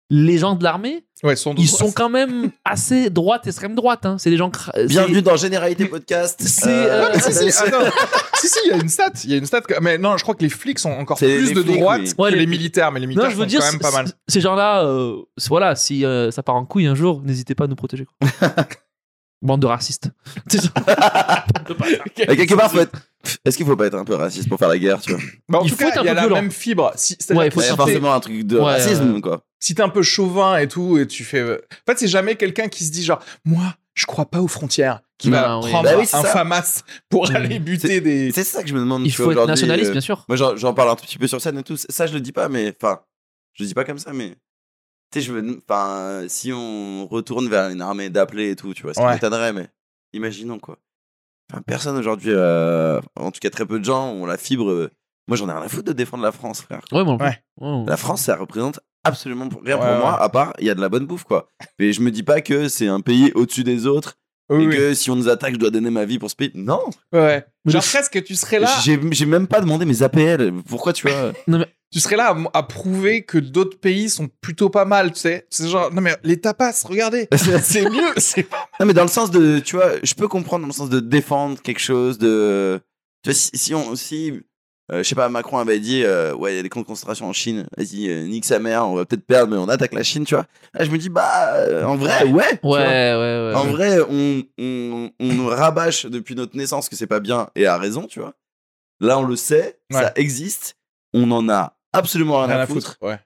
les gens de l'armée, Ouais, sont de ils droite. *laughs* sont quand même assez droite, extrême droite. hein. C'est des gens. cra- c'est- Bienvenue dans Généralité Podcast. C'est, Non, mais euh, si, si, *laughs* attends. si, si, il y a une stat. Il y a une stat. que- Mais non, je crois que les flics sont encore C'est plus les de flics, droite oui. que Ouais, les, les- militaires. Mais les Non, militaires je veux sont dire, quand même pas c- mal. c- ces gens-là, euh, c'est- voilà, si euh, ça part en couille un jour, n'hésitez pas à nous protéger. *laughs* quoi. Bande de racistes. *laughs* C'est ça. *laughs* Et quelque part, faut être- Pff, Est-ce qu'il faut pas être un peu raciste pour faire la guerre, tu vois Bah, en Il tout faut cas, être un il y a peu la violent. même fibre. Si, c'est Ouais, il faut Il y a sortir. forcément un truc de Ouais, racisme, quoi. si t'es un peu chauvin et tout, et tu fais. euh, En fait, c'est jamais quelqu'un qui se dit genre, moi, je crois pas aux frontières, qui va Non, oui. prendre Bah oui, c'est un ça. FAMAS pour Mm. aller buter C'est- des. Et C'est ça que je me demande. Il tu faut vois, être aujourd'hui, nationaliste, euh, bien sûr. Moi, j'en- j'en parle un tout petit peu sur scène et tout. Ça, je le dis pas, mais enfin, je le dis pas comme ça, mais tu sais, je veux, enfin, si on retourne vers une armée d'appelés et tout, tu vois, ça Ouais. m'étonnerait, mais imaginons quoi. Enfin, personne aujourd'hui, euh, en tout cas très peu de gens ont la fibre. euh, Moi, j'en ai rien à foutre de défendre la France, frère. Ouais, moi, Ouais. ouais. La France, ça représente absolument rien Ouais, pour ouais. moi, à part il y a de la bonne bouffe, quoi. Mais je me dis pas que c'est un pays au-dessus des autres Oui, et oui. que si on nous attaque, je dois donner ma vie pour ce pays. Non, Ouais. Mais Genre le- presque tu serais là, j'ai j'ai même pas demandé mes APL. Pourquoi tu vois tu serais là à, à prouver que d'autres pays sont plutôt pas mal, tu sais. C'est genre non mais les tapas, *laughs* regardez, c'est mieux, c'est pas Non, mais dans le sens de, tu vois, je peux comprendre dans le sens de défendre quelque chose, de. Tu vois, si, si on. Si, euh, je sais pas, Macron avait dit, euh, ouais, il y a des camps de concentration en Chine, vas-y, euh, nique sa mère, on va peut-être perdre, mais on attaque la Chine, tu vois. Là, je me dis, bah, euh, en vrai, ouais. tu Ouais, vois. ouais, ouais. En vrai, on, on, on nous rabâche depuis notre naissance que c'est pas bien et à raison, tu vois. Là, on le sait, Ouais. ça existe, on en a absolument rien, à foutre. Ouais.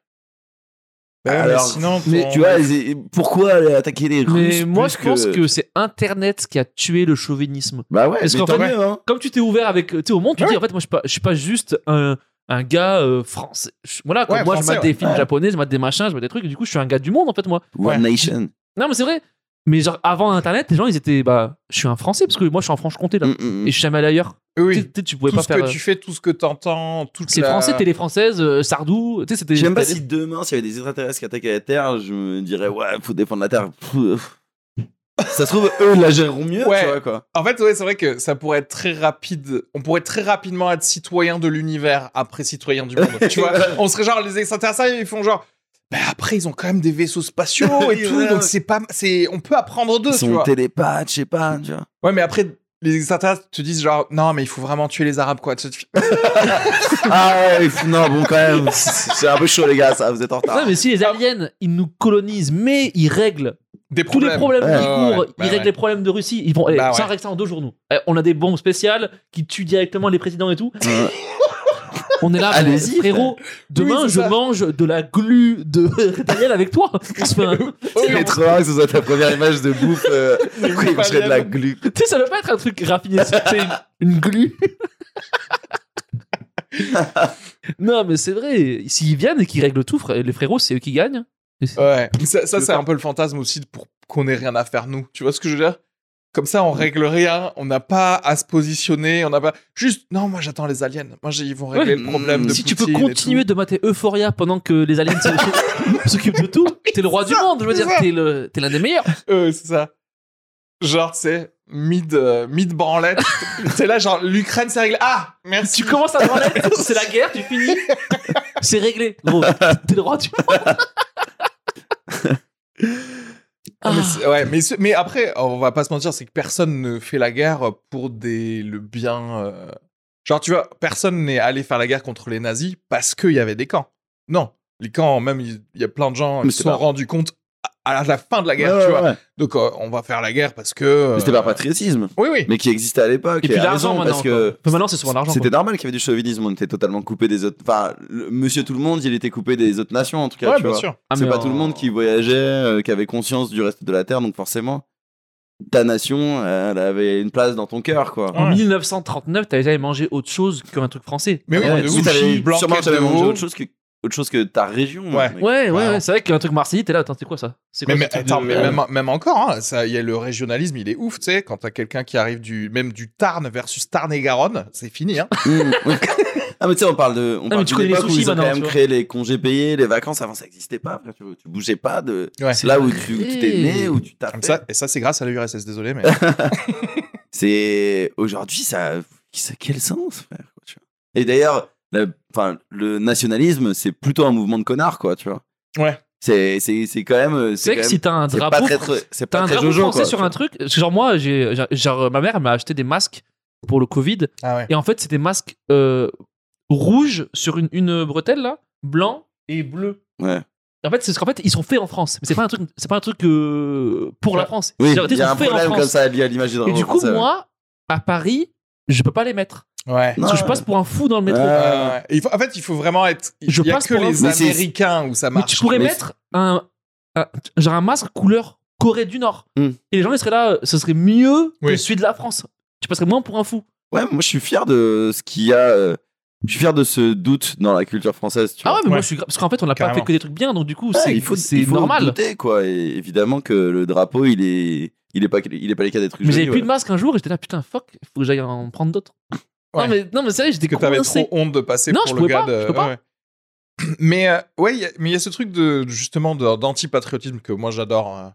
Bah ouais, mais Alors, sinon, mais ton- Tu vois, et- et pourquoi aller attaquer les Russes Mais moi, plus je pense que c'est Internet qui a tué le chauvinisme. Bah ouais, Parce mais qu'en tant fait- mieux, hein. Comme tu t'es ouvert avec, tu sais, au monde, tu Ah Ouais. dis en fait, moi, je suis pas, je suis pas juste un, un gars euh, français. Je- voilà, comme Ouais, moi, français, je mate ouais. des films Ouais. japonais, je mate des machins, je mate des trucs. Et du coup, je suis un gars du monde en fait, moi. hein. One Nation. Non, mais c'est vrai. Mais genre avant Internet, les gens, ils étaient, bah, je suis un Français parce que moi, je suis en Franche-Comté là, Mm, mm, mm. et je suis jamais allé ailleurs. Tu oui, sais, tu pouvais tout pas ce faire. euh, euh, que tu fais, tout ce que t'entends, toute C'est la- français, télé française, euh, Sardou, tu sais, c'était. Je sais même pas si demain, s'il y avait des extraterrestres qui attaquaient la Terre, je me dirais, ouais, faut défendre la Terre. Pff. Ça se trouve, eux la géreront mieux, Ouais. tu vois, quoi. En fait, ouais, c'est vrai que ça pourrait être très rapide. On pourrait très rapidement être citoyen de l'univers après citoyen du monde. tu *laughs* vois, on serait genre les extraterrestres, ils font genre. Bah après, ils ont quand même des vaisseaux *laughs* spatiaux et Oui, tout, ouais, donc ouais. c'est pas, c'est, on peut apprendre d'eux, Ils tu sont vois. télépathes, je sais pas, tu vois. Ouais, mais après, les extraterrestres te disent genre, non, mais il faut vraiment tuer les Arabes, quoi. Tu- tu- Ah ouais, non, bon, quand même, *laughs* c'est un peu chaud, les gars, ça, vous êtes en retard. Non, mais si Ah. les aliens, ils nous colonisent, mais ils règlent Des tous les problèmes Ouais, qui ouais, courent, ouais. ils Bah, règlent ouais. les problèmes de Russie. Ils vont, allez, Bah, ça ouais. règle ça en deux journaux. Eh, On a des bombes spéciales qui tuent directement les présidents et tout. Ouais. *laughs* On est là, Allez-y, frérot. Demain, Oui, c'est je ça. mange de la glu de *laughs* Daniel *laughs* avec toi. On se fait un- Tu C'est trop rare que ce soit ta première image de bouffe. *laughs* Euh... Pourquoi ils mangeraient de la glu sais, ça veut pas être un truc raffiné. C'est une, une glu. *laughs* non, mais c'est vrai. S'ils viennent et qu'ils règlent tout, frère- les frérots, c'est eux qui gagnent. Ouais. Ça, ça, Le c'est corps. un peu le fantasme aussi de- pour qu'on ait rien à faire nous. Tu vois ce que je veux dire Comme ça, Mm. on règle rien. On n'a pas à se positionner. On n'a pas juste. Non, moi j'attends les aliens. Moi, j'ai- ils vont régler Ouais. le problème de si tu peux Poutine et continuer tout. de mater Euphoria pendant que les aliens *laughs* se- s'occupent de tout, t'es le roi du monde, je veux c'est dire, ça. t'es le- t'es l'un des meilleurs. Euh, c'est ça. Genre, tu sais, mid, euh, mid *laughs* branlette. c'est là, genre, l'Ukraine, c'est réglé. Ah, merci. Tu commences à branler, *laughs* c'est la guerre, tu finis, c'est réglé. Gros, t'es le roi du monde. *laughs* Ah, mais c'est- ouais, mais, ce- mais après, on va pas se mentir, c'est que personne ne fait la guerre pour des, le bien. euh, Genre, tu vois, personne n'est allé faire la guerre contre les nazis parce qu'il y avait des camps. Non, les camps, même, il il y a plein de gens Mais qui se c'était sont pas- rendus compte à à la fin de la guerre, Ouais, tu ouais, vois. ouais. Donc, euh, on va faire la guerre parce que. euh, Mais C'était par patriotisme, Oui, oui. mais qui existait à l'époque. Et puis à l'argent raison, maintenant. Parce que quoi. Enfin, maintenant, c'est souvent l'argent. C'était quoi. normal qu'il y avait du chauvinisme, on était totalement coupé des autres. Enfin, le- Monsieur Tout le Monde, il était coupé des autres nations en tout cas. Ouais, tu bien vois. sûr. Ah, c'est mais pas en- tout le monde qui voyageait, euh, qui avait conscience du reste de la Terre, donc forcément, ta nation, elle avait une place dans ton cœur, quoi. Ouais. En 1939, t'avais jamais mangé autre chose qu'un truc français. Mais oui, Ouais, de si ouf. t'avais- Blanquette sûrement, t'avais de mangé veau. autre chose que autre chose que ta région. Ouais. mec. Ouais, ouais, Ouais. ouais, c'est vrai qu'un truc marseillais, t'es là, attends, c'est quoi ça C'est Mais, quoi mais ce truc attends, de- mais même, même encore, hein, ça, il y a le régionalisme, il est ouf, tu sais, quand t'as quelqu'un qui arrive du même du Tarn versus Tarn-et-Garonne, c'est fini, hein. Mm, ouais. Ah mais tu sais on parle de on mais parle tu d'une connais les époque où sushis ils ont quand maintenant, même tu vois. créé les congés payés, les vacances avant ça n'existait pas, après, tu, tu bougeais pas de Ouais. C'est là où vrai. tu où tu t'es né où tu t'as Comme fait. ça, et ça, c'est grâce à l'URSS, désolé, mais. C'est aujourd'hui ça ça a quel sens frère quoi, tu vois. Et d'ailleurs la- enfin le nationalisme c'est plutôt un mouvement de connards quoi tu vois. Ouais. C'est c'est c'est quand même C'est vrai que quand même- si t'as un c'est drapeau. pas très très- c'est T'as pas un très drapeau jojo français quoi. sur un truc. Genre moi, j'ai, j'ai- genre ma mère elle m'a acheté des masques pour le Covid *laughs* Ah ouais. et en fait c'est des masques euh, rouges sur une, une bretelle là, blanc et bleu. Ouais. En fait c'est ce qu'en fait ils sont faits en France. Mais c'est pas un truc, c'est pas un truc euh, pour la France. Oui, C'est-à-dire, il y ils a sont un faits en problème comme France. ça lié à l'image du drapeau et du coup français, ouais. moi à Paris je peux pas les mettre Ouais. parce que je Ouais. passe pour un fou dans le métro. Ouais. Ouais, ouais, ouais. Il faut- en fait, il faut vraiment être. Il Je y a passe que pour un- les Mais c'est- Américains où ça Mais tu marche. pourrais Mais- mettre un, un- genre un masque couleur Corée du Nord. Hmm. Et les gens ils seraient là, euh, ce serait mieux que Oui. celui de la France. Tu passerais moins pour un fou. Ouais, moi je suis fier de ce qu'il y a. euh, Je suis fier de ce doute dans la culture française. Tu Ah ouais, vois. mais moi Ouais. je suis gra- parce qu'en fait on n'a pas Carrément. fait que des trucs bien, donc du coup Ouais, c'est il faut, c'est il faut normal. douter quoi. Et évidemment que le drapeau il est, il est pas, il est pas les cas des trucs. Mais j'avais jolis, plus de ouais. masque un jour et j'étais là putain fuck, faut que j'aille en prendre d'autres. Ouais. Non mais non mais sérieux j'étais que t'avais coincé. trop honte de passer Non, pour je le pouvais gars pas, de. je peux pas. ouais, ouais. Mais euh, ouais, il y a- mais il y a ce truc de justement de- d'antipatriotisme que moi j'adore. hein.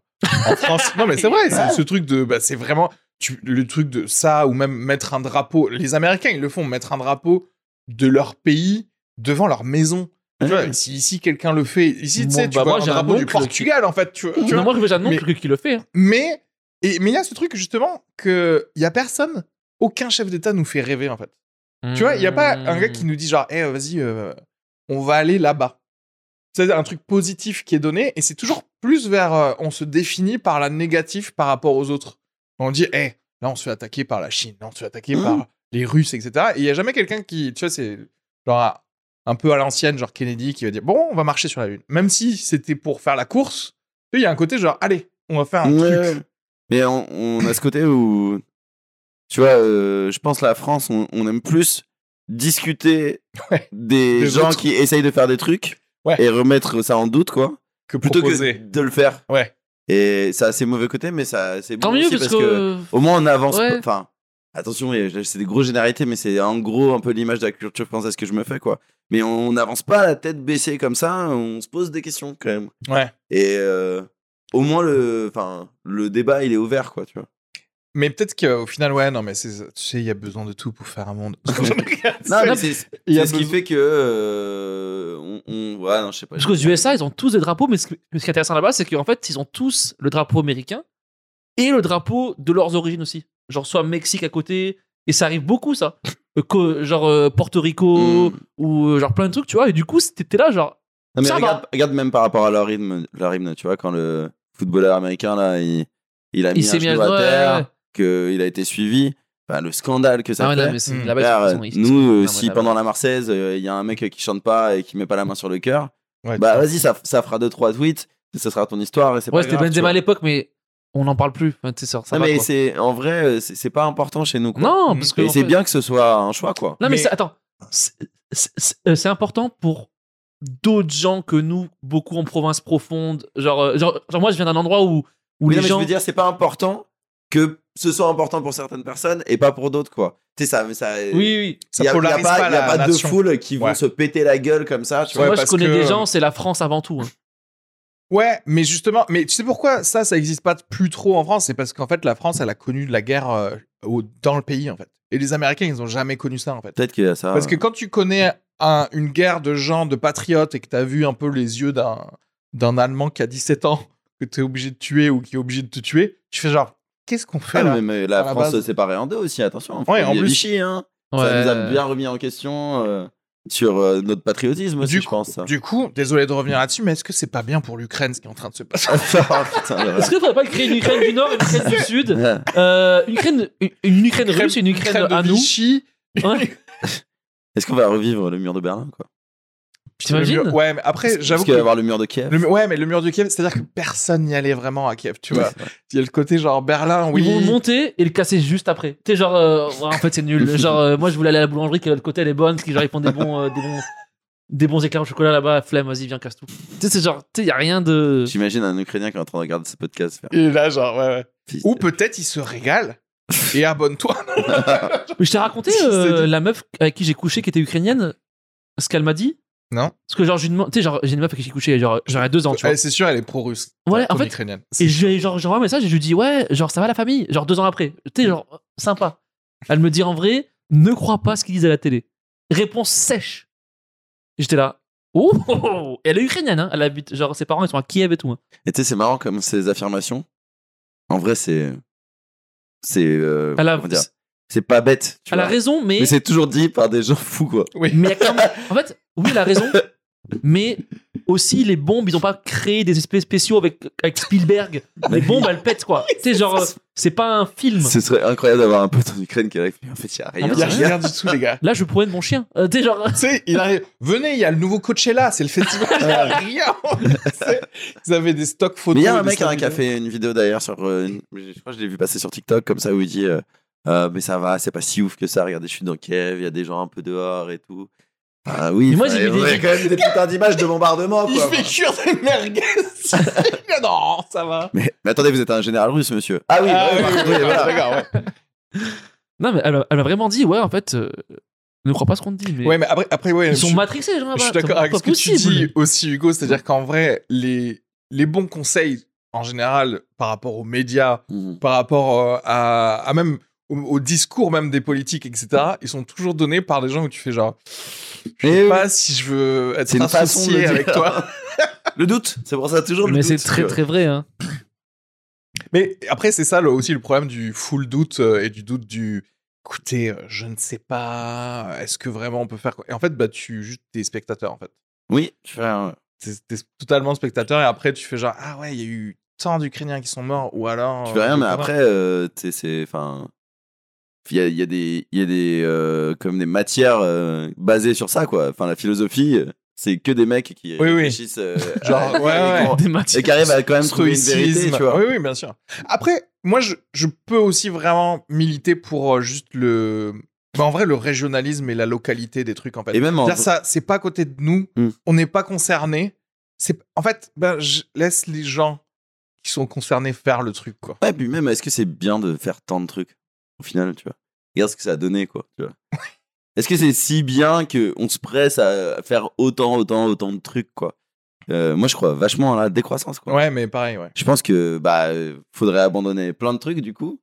En France, non mais c'est vrai, c'est ce truc de, bah, c'est vraiment tu- le truc de ça ou même mettre un drapeau. Les Américains, ils le font, mettre un drapeau de leur pays devant leur maison. Tu vois, si ici quelqu'un le fait, ici tu sais, Bon, tu bah, vois moi, un j'ai un drapeau du oncle qui- Portugal en fait. Tu, tu vois. Non, moi, je veux un mais- oncle qui le fait. hein. Mais et mais il y a ce truc justement que il y a personne, aucun chef d'État nous fait rêver en fait. hein. Tu vois, il n'y a pas un gars Mmh. qui nous dit genre, eh, vas-y, euh, on va aller là-bas. C'est un truc positif qui est donné, et c'est toujours plus vers. euh, on se définit par la négative par rapport aux autres. On dit, eh, là, on se fait attaquer par la Chine, là, on se fait attaquer Mhm. par les Russes, etc. Et il n'y a jamais quelqu'un qui. Tu vois, c'est genre un peu à l'ancienne, genre Kennedy, qui va dire, bon, on va marcher sur la Lune. Même si c'était pour faire la course, tu sais, il y a un côté genre, allez, on va faire un Ouais. truc. Mais on, on a ce côté où, tu vois, euh, je pense la France, on, on aime plus discuter Ouais. des, Des gens autres. qui essayent de faire des trucs Ouais. et remettre ça en doute, quoi, Que plutôt proposer. que de le faire. Ouais. Et ça a ses mauvais côtés, mais ça c'est bon Tant mieux, aussi parce, que. au moins on avance. Ouais. pas- Enfin, attention, et je- c'est des grosses généralités, mais c'est en gros un peu l'image de la culture française que je me fais, quoi. Mais on n'avance pas la tête baissée comme ça, on se pose des questions quand même. Ouais. Et euh, au moins le, enfin, le débat il est ouvert, quoi, tu vois. Mais peut-être qu'au final, ouais, non, mais c'est- tu sais, il y a besoin de tout pour faire un monde. *laughs* *laughs* Non, C'est- mais c'est c'est il y a ce qui besoin- fait que. euh, on, on- ouais, non, je sais pas. Parce qu'aux USA, ils ont tous des drapeaux, mais ce, que- ce qui est intéressant là-bas, c'est qu'en fait, ils ont tous le drapeau américain et le drapeau de leurs origines aussi. Genre, soit Mexique à côté, et ça arrive beaucoup, ça. Euh, co- genre, euh, Porto Rico, Mm. ou euh, genre plein de trucs, tu vois. Et du coup, c'était- t'es là, genre, Non, mais Ça regarde, regarde même par rapport à leur rythme, leur hymne, tu vois, quand le footballeur américain, là, il, il a mis il un s'est mis à genou à ouais, ouais, ouais. terre, qu'il a été suivi, enfin, le scandale que ça Ah ouais, fait. non, mais c'est- Mm. là-bas, ils Frère, sont- ils sont- nous, euh, non, mais si là-bas. pendant la Marseillaise, euh, il y a un mec qui chante pas et qui met pas la main sur le cœur, Ouais, bah vas-y, ça, ça fera deux trois tweets, ça sera ton histoire et c'est Ouais, pas c'était grave, Benzema à tu vois. l'époque, mais on n'en parle plus. Enfin, tu sais, ça- ça Non, va, mais quoi. c'est en vrai, euh, c'est c'est pas important chez nous. Quoi. Non, parce que. en et c'est fait- bien que ce soit un choix, quoi. Non, mais, Mais- c'est- attends, c'est- c'est euh, c'est- c'est important pour d'autres gens que nous, beaucoup en province profonde. Genre, euh, genre, genre moi, je viens d'un endroit où, où Oui, les non, mais gens. je veux dire, c'est pas important que ce soit important pour certaines personnes et pas pour d'autres, quoi. Tu sais, ça, mais ça. oui, oui. Ça Il y a, y a polarise pas, pas y a la pas deux nation. foules qui vont Ouais. se péter la gueule comme ça. Tu Ouais, vois. moi, je parce connais que- des gens, c'est la France avant tout. hein. Ouais, mais justement, mais tu sais pourquoi ça, ça existe pas plus trop en France C'est parce qu'en fait, la France, elle a connu de la guerre euh, au- dans le pays, en fait. Et les Américains, ils ont jamais connu ça, en fait. Peut-être qu'il y a ça. Parce que quand tu connais un- une guerre de gens, de patriotes, et que tu as vu un peu les yeux d'un d'un Allemand qui a 17 ans, que tu es obligé de tuer ou qui est obligé de te tuer, tu fais genre, qu'est-ce qu'on fait Ah, là mais, mais la à la France base. s'est parée en deux aussi, attention. Ouais, en Il y a plus. Vichy, hein. Ça Ouais. nous a bien remis en question euh, sur euh, notre patriotisme aussi, Du je coup- pense. ça. Du coup, désolé de revenir là-dessus, mais est-ce que c'est pas bien pour l'Ukraine ce qui est en train de se *laughs* passer Ah, putain, le Est-ce qu'il ne faudrait pas créer une Ukraine du Nord, une Ukraine *laughs* du Sud, rêve. euh, une, Ukraine, une, une Ukraine russe et Ah, une Ukraine de à nous hein. Vichy, *laughs* Ouais. Est-ce qu'on va revivre le mur de Berlin quoi T'imagines le mur- Ouais, mais après, Parce j'avoue qu'il va y que avoir le mur de Kiev. Le mu- ouais, mais le mur de Kiev, c'est-à-dire que personne n'y allait vraiment à Kiev, tu vois. Il y a le côté genre Berlin, oui. Ils vont le monter et le casser juste après. Tu sais, genre, euh, ouais, en fait, c'est nul. Genre, euh, moi, je voulais aller à la boulangerie qui est de l'autre côté, elle est bonne, parce qu'ils genre, ils font des bons, euh, des bons, des bons éclairs au chocolat là-bas, flemme, vas-y, viens, casse tout. Tu sais, c'est genre, tu sais, y a rien de. J'imagine un Ukrainien qui est en train de regarder ce podcast. faire, Et là, genre, ouais, ouais. Fils Ou de- peut-être il se régale et abonne-toi. Mais je t'ai raconté *laughs* euh, C'est dit. la meuf avec qui j'ai couché qui était ukrainienne, ce qu'elle m'a dit Non. Parce que, genre, je lui demande, tu sais, genre, j'ai une meuf avec qui j'ai couché, genre, j'aurais deux ans, tu vois. Elle, C'est sûr, elle est pro-russe. Ouais, en comme fait, ukrainienne. Et je lui ai- genre, j'envoie un message et je lui dis, ouais, genre, ça va la famille, genre deux ans après. Tu sais, genre, sympa. Elle me dit en vrai, ne crois pas ce qu'ils disent à la télé. Réponse sèche. J'étais là. Oh, oh, oh. Et elle est ukrainienne, hein. Elle habite, genre, ses parents, ils sont à Kiev et tout. hein. Et tu sais, c'est marrant comme ces affirmations. En vrai, c'est. C'est. euh, Elle a, comment dire C'est pas bête. Tu elle a vois. raison, mais. Mais c'est toujours dit par des gens fous, quoi. Oui. mais il y a quand même- en fait, oui, elle a raison, mais aussi les bombes, ils ont pas créé des espèces spéciaux avec, avec Spielberg. Les bombes, elles pètent, quoi. Tu sais, genre, euh, c'est pas un film. Ce serait incroyable d'avoir un pote en Ukraine qui arrive. Mais Hum. en fait, il y a rien. Il n'y a les gars. rien du tout, les gars. Là, je promène mon chien. Euh, tu sais, genre. Tu sais, il arrive. Venez, il y a le nouveau Coachella, c'est le *laughs* festival. Il y a rien. *laughs* Tu sais, Ils avaient des stocks photos. Mais il y a un des mec stocks hein, qui a vidéos. fait une vidéo d'ailleurs sur. euh, une- Je crois que je l'ai vu passer sur TikTok comme ça où il dit euh, Euh, Mais ça va, c'est pas si ouf que ça. Regardez, je suis dans Kiev, il y a des gens un peu dehors et tout. Ah oui, Mais moi, enfin, j'ai vu il y des- a quand même des putains d'images de *laughs* bombardement Il quoi. fait cuire des merguez. *laughs* non, ça va. Mais, mais attendez, vous êtes un général russe, monsieur. Ah oui, Ah, ouais, oui, bah, oui, oui, oui, voilà. d'accord, ouais. Non, mais elle m'a- elle m'a vraiment dit, ouais, en fait, euh, ne crois pas ce qu'on te dit. Mais Ouais, mais après, après ouais. ils sont je- matrixés, genre, Je suis là-bas. d'accord C'est avec pas ce que tu possible. dis aussi, Hugo. C'est-à-dire qu'en vrai, les, les bons conseils en général, par rapport aux médias, Mhm. par rapport euh, à, à même au, au discours même des politiques, etc. Ils sont toujours donnés par des gens où tu fais genre, je Eh sais oui. pas si je veux être C'est une façon de associé le avec dire. *laughs* toi. Le doute, c'est pour ça toujours le Mais doute. c'est très que- très vrai. Hein. Mais après, c'est ça le- aussi le problème du full doute euh, et du doute du écoutez, euh, je ne sais pas, euh, est-ce que vraiment on peut faire quoi Et en fait, bah, tu juste t'es spectateur en fait. Oui, tu fais un- T'es t'es totalement spectateur et après, tu fais genre, ah ouais, il y a eu tant d'Ukrainiens qui sont morts ou alors. tu euh, fais rien, je mais sais pas. après, euh, tu sais, c'est. Enfin. Il y a, il y a des, il y a des, euh, comme des matières euh, basées sur ça, quoi. Enfin, la philosophie, euh, c'est que des mecs qui oui. *laughs* réfléchissent. euh, Genre, ouais, à- et ouais. qu'on- Des matières. Et qui arrivent à quand même trouver une vérité, Stoïcisme. tu vois. Oui, oui, bien sûr. Après, moi, je, je peux aussi vraiment militer pour euh, juste le. bah, en vrai, le régionalisme et la localité des trucs, en fait. Et même en. C'est-à-dire, ça, c'est pas à côté de nous, Hmm. on n'est pas concerné. C'est en fait, ben, je laisse les gens qui sont concernés faire le truc, quoi. Ouais, puis même, est-ce que c'est bien de faire tant de trucs Au final, tu vois. Regarde ce que ça a donné, quoi. Tu vois. est-ce que c'est si bien qu'on se presse à faire autant, autant, autant de trucs, quoi Euh, Moi, je crois vachement à la décroissance, quoi. Ouais, mais pareil, ouais. Je pense que bah euh, faudrait abandonner plein de trucs du coup.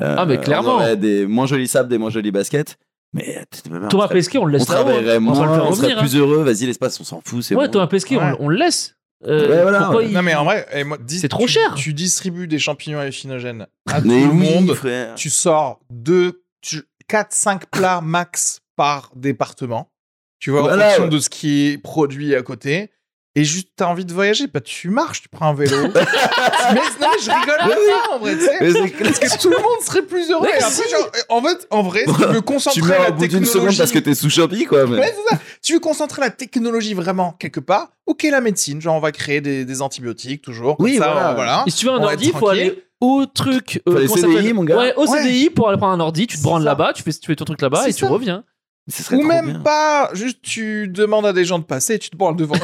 Euh, Ah, mais clairement. On aurait des moins jolis sables, des moins jolis baskets. Mais euh, t'es- on Thomas serait- Pesquet, on le on laisse là-haut, hein. travaillerait On va le moins, faire on serait revenir. hein. plus heureux. Vas-y, l'espace, on s'en fout, c'est Ouais, bon. Thomas Pesquet, on- Ouais. on le laisse. Euh, Ouais, voilà, pourquoi ouais. il- Non, mais en vrai, eh, moi, dis- C'est trop tu- cher. Tu distribues des champignons hallucinogènes à tout Mais le oui, monde. frère. tu sors deux, tu, 4, 5 plats max par département. Tu vois, Voilà, en fonction ouais. de ce qui est produit à côté. Et juste, t'as envie de voyager, bah tu marches, tu prends un vélo. mais, non, *laughs* mais je Ah rigole Mais oui. pas ça, en vrai, hein. tu sais. Mais c'est clair. Parce que tout le monde serait plus heureux. Mais Et après, si. genre, en fait, en vrai, si tu veux concentrer Tu meurs la au bout d'une technologie. seconde parce que t'es sous Shopee, quoi. mais- Ouais, c'est ça. Tu veux concentrer la technologie vraiment quelque part. Ok, la médecine, genre on va créer des, des antibiotiques toujours. comme Oui, ça, voilà. on- voilà. Et si tu veux un On va ordi, être faut tranquille. aller au truc. euh, Faut aller comment ça CDI, s'appelle mon gars. Ouais, au Ouais. CDI pour aller prendre un ordi, tu te C'est branles ça. là-bas, tu fais, tu fais ton truc là-bas C'est et tu ça. reviens. Ce serait Ou trop même bien. pas, juste tu demandes à des gens de passer et tu te branles *laughs* devant.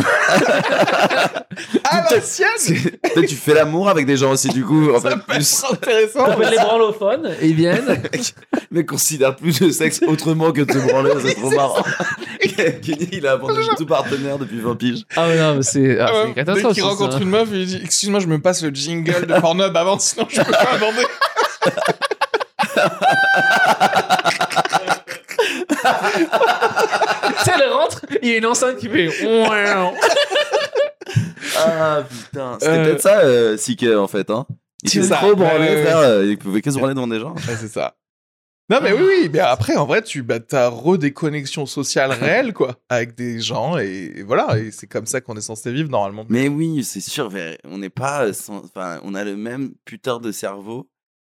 à l'ancienne Peut-être tu fais l'amour avec des gens aussi, du coup. En fait, plus. intéressant. Euh, T'appelles les branlophones et ils viennent. *laughs* Mais considère plus le sexe autrement que de se branler, c'est trop marrant. *laughs* Kenny, il a abandonné tout partenaire depuis 20 piges. Ah ouais, non, mais c'est ah, Ah c'est ouais, une dès catastrophe. qu'il ça. rencontre *laughs* une meuf, il dit Excuse-moi, je me passe le jingle de Pornhub avant, sinon je peux pas aborder. Tu sais, elle rentre, il y a une enceinte qui fait. Ouin. Ah putain, c'était Euh, peut-être ça, euh, Sique, en fait. Hein. Il C'est était ça. trop branlé, Ouais, ouais, frère. euh, Il pouvait que se branler devant des gens. Ouais, c'est ça. Non, mais oui, oui. Mais après, en vrai, tu bah, as redéconnexion sociale réelle, quoi, avec des gens, et, et voilà. Et c'est comme ça qu'on est censé vivre normalement. Mais oui, c'est sûr, mais on n'est pas. euh, sans- Enfin, on a le même putain de cerveau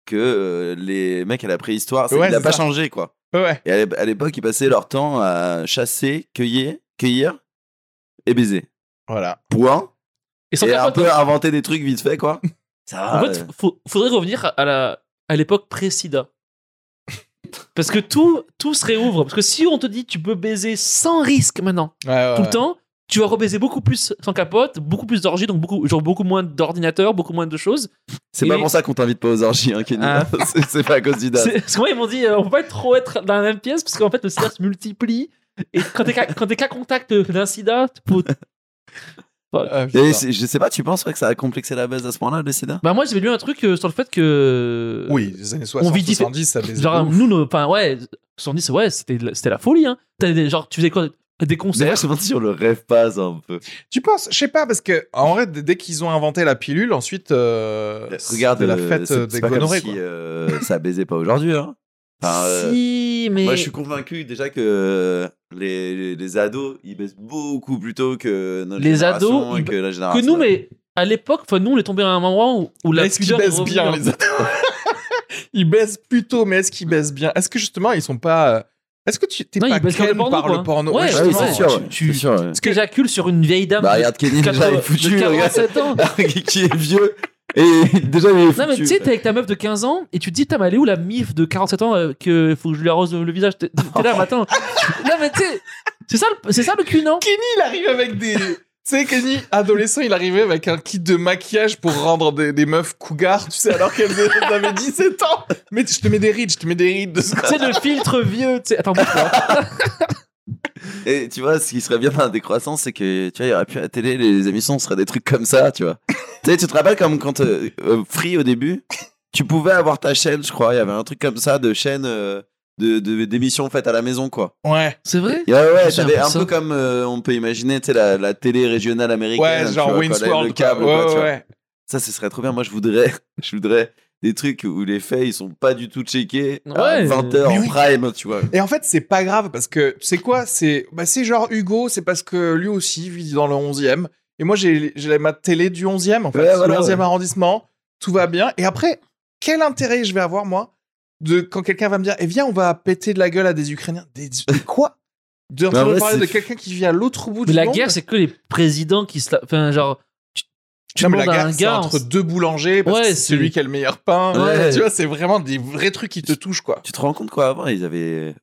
que euh, les mecs à la préhistoire. C'est- Ouais, il a c'est pas ça. changé, quoi. Ouais. Et à l'é- à l'époque, ils passaient leur temps à chasser, cueillir, cueillir et baiser. Voilà. Point. Et sans et faire un quoi, peu inventer des trucs vite fait, quoi. Ça Ah, va. En fait, euh, faut- faudrait revenir à la à l'époque pré-sida. Parce que tout, tout se réouvre. Parce que si on te dit tu peux baiser sans risque maintenant, Ouais, ouais, Ah tout le ouais. temps, tu vas rebaiser beaucoup plus sans capote, beaucoup plus d'orgies, donc beaucoup, genre beaucoup moins d'ordinateurs, beaucoup moins de choses. c'est il pas est- pour ça qu'on t'invite pas aux orgies, hein, Kenny. Ah. *laughs* C'est- c'est pas à cause du date. C'est- Parce que moi, ils m'ont dit, euh, on peut pas être trop être dans la même pièce, parce qu'en fait, le sida se multiplie. Et quand t'es cas, quand t'es cas contact d'un sida, tu peux- Ah, Et putain. c'est- je sais pas, tu penses ouais, que ça a complexé la baisse à ce point-là, le sida bah moi, j'avais lu un truc euh, sur le fait que. euh, Oui, les années 60, vit diffé- 70, ça baisait. Genre, de ouf. nous, nos- enfin, ouais, 70, ouais, c'était de la- c'était la folie, hein. T'avais des- genre, tu faisais quoi Des concerts D'ailleurs, je me demande si on le rêve pas ça, un peu. Tu penses Je sais pas, parce que en vrai, dès dès qu'ils ont inventé la pilule, ensuite, euh, Regarde c'était la euh, fête c'est- euh, c'est des pas comme gonorrhées. si, quoi. euh, ça baisait pas aujourd'hui. Hein. Enfin, euh, Si, mais. Moi, je suis convaincu déjà que euh, les, les ados, ils baissent beaucoup plus tôt que notre Les génération ados, et ils- que la génération. que nous, mais à l'époque, enfin, nous, on est tombé à un moment où, où la Mais Est-ce qu'ils pudeur est baissent revenue, bien hein. les ados Ils baissent plutôt, mais est-ce qu'ils baissent bien Est-ce que justement, ils sont pas. euh, Est-ce que tu t'es Non, pas ils baissent ken par le porno, par quoi. le porno Ouais, Ah oui, justement, c'est sûr. tu- ouais, tu- c'est sûr, ouais. Parce que j'accule sur une vieille dame. Bah, de- regarde Kenny, de déjà, il est 80 de foutu, le gars. *laughs* 47 ans. qui est vieux. Et *laughs* déjà, il est *laughs* foutu. Non, mais tu sais, t'es avec ta meuf de 15 ans et tu te dis, putain, mais elle est où la mif de 47 ans euh, que faut que je lui arrose le visage T'es *laughs* t'es là, mais attends. non, mais tu sais, c'est ça, le- c'est ça le cul, non Kenny, il arrive avec des. tu sais, Kenny, adolescent, il arrivait avec un kit de maquillage pour rendre des, des meufs cougars, tu sais, alors qu'elles avaient 17 ans. Mais je te mets des rides, je te mets des rides de C'est le filtre vieux, tu sais. Attends, bouge pas. Et tu vois, ce qui serait bien dans la décroissance, c'est que tu vois, il y aurait plus à la télé, les émissions ce serait des trucs comme ça, *laughs* tu vois. tu sais, tu te rappelles comme quand euh, euh, Free au début, tu pouvais avoir ta chaîne, je crois. Il y avait un truc comme ça de chaîne euh, de de- d'émissions faites à la maison, quoi. Ouais. C'est vrai Et ouais, ouais, Je me t'avais souviens un pas peu ça. comme euh, on peut imaginer, tu sais, la, la télé régionale américaine. Ouais, tu genre vois, Wayne's quoi, la- World. le câble, quoi. quoi, tu Ouais, vois. ouais. Ça, ce serait trop bien. Moi, je voudrais, *laughs* je voudrais des trucs où les faits, ils sont pas du tout checkés à Ouais. 20h Mais en oui. prime, tu vois. Et en fait, c'est pas grave parce que tu sais quoi, c'est bah, c'est genre Hugo, c'est parce que lui aussi vit dans le 11e. Et moi, j'ai j'ai ma télé du 11e, en fait, Ouais, voilà, le 11e ouais. arrondissement. Tout va bien. Et après, quel intérêt je vais avoir, moi, de quand quelqu'un va me dire, eh viens, on va péter de la gueule à des Ukrainiens. Des, des quoi De Bah, en vrai, parler de c'est- quelqu'un qui vit à l'autre bout Mais du la monde guerre, c'est que les présidents qui se. la- Enfin, genre. Tu, tu Non, mais la demandes à guerre, un c'est gars. entre on- deux boulangers, parce Ouais, que c'est c'est- celui qui a le meilleur pain. Ouais. Tu vois, c'est vraiment des vrais trucs qui te touchent, quoi. Tu te rends compte quoi avant ils avaient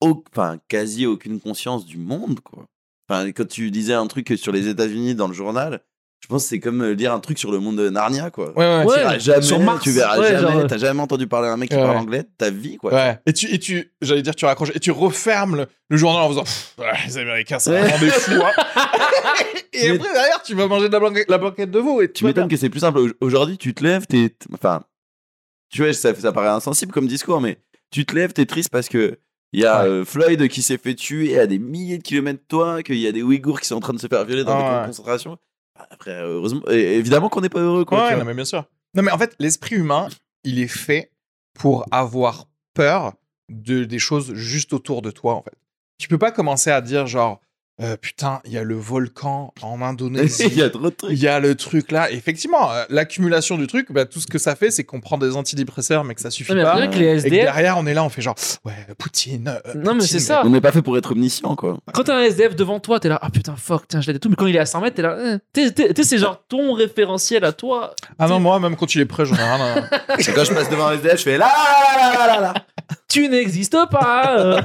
au- enfin quasi aucune conscience du monde quoi. Enfin quand tu disais un truc sur les États-Unis dans le journal, je pense que c'est comme euh, dire un truc sur le monde de Narnia quoi. ouais. Tu verras jamais, sur Mars, tu verras ouais, jamais, genre- t'as jamais entendu parler à un mec qui Ouais. parle anglais de ta vie quoi. Ouais. Et tu, et tu j'allais dire, tu raccroches, et tu refermes le, le journal en faisant, Pff, ouais, les Américains, c'est Ouais. vraiment des fous, hein. *laughs* et Mais- après, derrière, tu vas manger de la, blanquette- la banquette de veau et Tu m'étonnes que c'est plus simple. Au- Aujourd'hui, tu te lèves, t'es. t- Enfin, tu vois, ça, ça paraît insensible comme discours, mais tu te lèves, t'es triste parce que il y a Ouais. euh, Floyd qui s'est fait tuer à des milliers de kilomètres de toi, qu'il y a des Ouïghours qui sont en train de se faire violer dans Ah des camps ouais. de concentration. Bah, Après, heureusement, et- évidemment qu'on n'est pas heureux, quoi. Ouais, tu vois. non, mais bien sûr. Non, mais en fait, l'esprit humain, il est fait pour avoir peur de, des choses juste autour de toi, en fait. Tu peux pas commencer à dire, genre, Euh, putain, il y a le volcan en Indonésie. *laughs* Il y a trop de Il trucs. y a le truc là, effectivement, euh, l'accumulation du truc, bah, tout ce que ça fait, c'est qu'on prend des antidépresseurs, mais que ça suffit Non, mais pas. rien que les Et que SDF. derrière, on est là, on fait genre, ouais, Poutine. euh, Non, mais Poutine, c'est ça. On n'est pas fait pour être omniscient, quoi. Quand t'as un SDF devant toi, t'es là, ah putain, fuck, tiens, je l'aide et tout. Mais quand il est à 100 mètres, t'es là, eh. T'es- t'es- t'es- c'est genre ton référentiel à toi. Ah non, moi, même quand il est prêt, j'en ai rien *laughs* à- Et quand je passe devant un SDF, je fais là, là, là, là, là, là, là. Tu n'existes pas. *laughs* euh.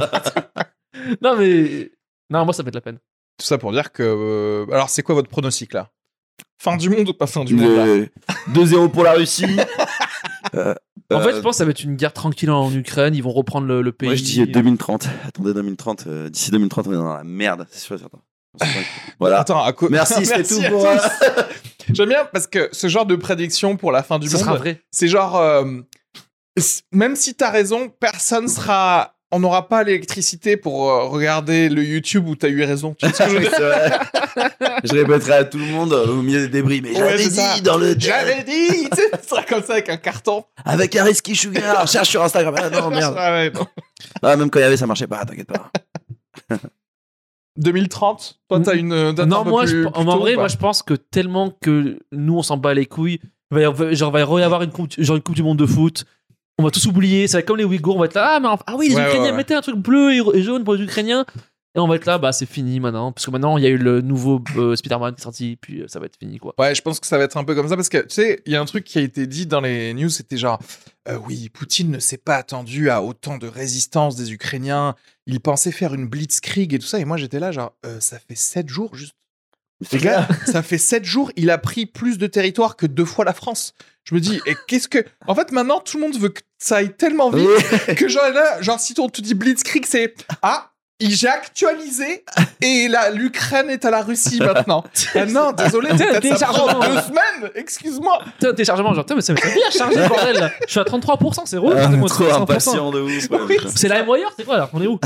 non, mais. Non, moi, ça fait de la peine. Tout ça pour dire que. euh, Alors, c'est quoi votre pronostic là Fin du monde ou pas fin du monde là Le- 2-0 pour la Russie. *laughs* Euh, En fait, euh, je pense que ça va être une guerre tranquille en Ukraine. Ils vont reprendre le, le pays. Moi, je dis 2030. euh, Attendez, 2030. euh, D'ici 2030, on est dans la merde, c'est sûr et certain. On sait *laughs* pas que- voilà. Attends, à quoi *laughs* Merci, c'est tout à pour. tous. euh, J'aime bien parce que ce genre de prédiction pour la fin du Ce sera monde, vrai. c'est genre. euh, c- Même si t'as raison, personne sera. On n'aura pas l'électricité pour euh, regarder le YouTube où t'as eu raison. *laughs* Tu vois ce que je veux dire c'est vrai. je répéterai à tout le monde euh, au milieu des débris, mais Ouais, j'avais c'est dit ça. dans le J'avais dit Tu sais, Ce sera comme ça avec un carton. avec *laughs* Ariski Sugar, cherche sur Instagram. Ah non, merde. Ah *laughs* ouais, non. Ah, même quand il y avait, ça marchait pas, *laughs* t'inquiète pas. 2030 Toi, t'as une euh, date un Non, peu moi, plus- je, plus en tôt ou vrai, pas moi, je pense que tellement que nous, on s'en bat les couilles, il va y avoir- genre, il va y avoir une coupe, genre une coupe du monde de foot. On va tous oublier. Ça va être comme les Ouïghours. On va être là, ah, mais enfin- ah oui, les Ouais, ouais, Ukrainiens, ouais. mettez un truc bleu et, et jaune pour les Ukrainiens. Et on va être là, bah, c'est fini maintenant. Parce que maintenant, il y a eu le nouveau euh, Spider-Man qui est sorti, puis euh, ça va être fini, *laughs* quoi. Ouais, je pense que ça va être un peu comme ça parce que tu sais, il y a un truc qui a été dit dans les news, c'était genre euh, oui, Poutine ne s'est pas attendu à autant de résistance des Ukrainiens. Il pensait faire une blitzkrieg et tout ça. Et moi, j'étais là, genre Euh, ça fait sept jours juste. Les gars, *laughs* ça fait sept jours. Il a pris plus de territoire que deux fois la France. Je me dis, et qu'est-ce que. En fait, maintenant, tout le monde veut que ça aille tellement vite Ah, que genre là, genre si on te dit blitzkrieg, c'est ah. il- J'ai actualisé et là l'Ukraine est à la Russie maintenant. Ah non, désolé, T'es un peut-être ça prend deux téléchargement. semaines, excuse-moi. Putain, téléchargement, genre, putain, mais ça m'a bien *laughs* chargé, bordel. là. Je suis à 33%, c'est On rouge. est Ah, trop impatient de ouf. ouais, *laughs* Oui, putain. C'est la MWire, c'est quoi, là On est où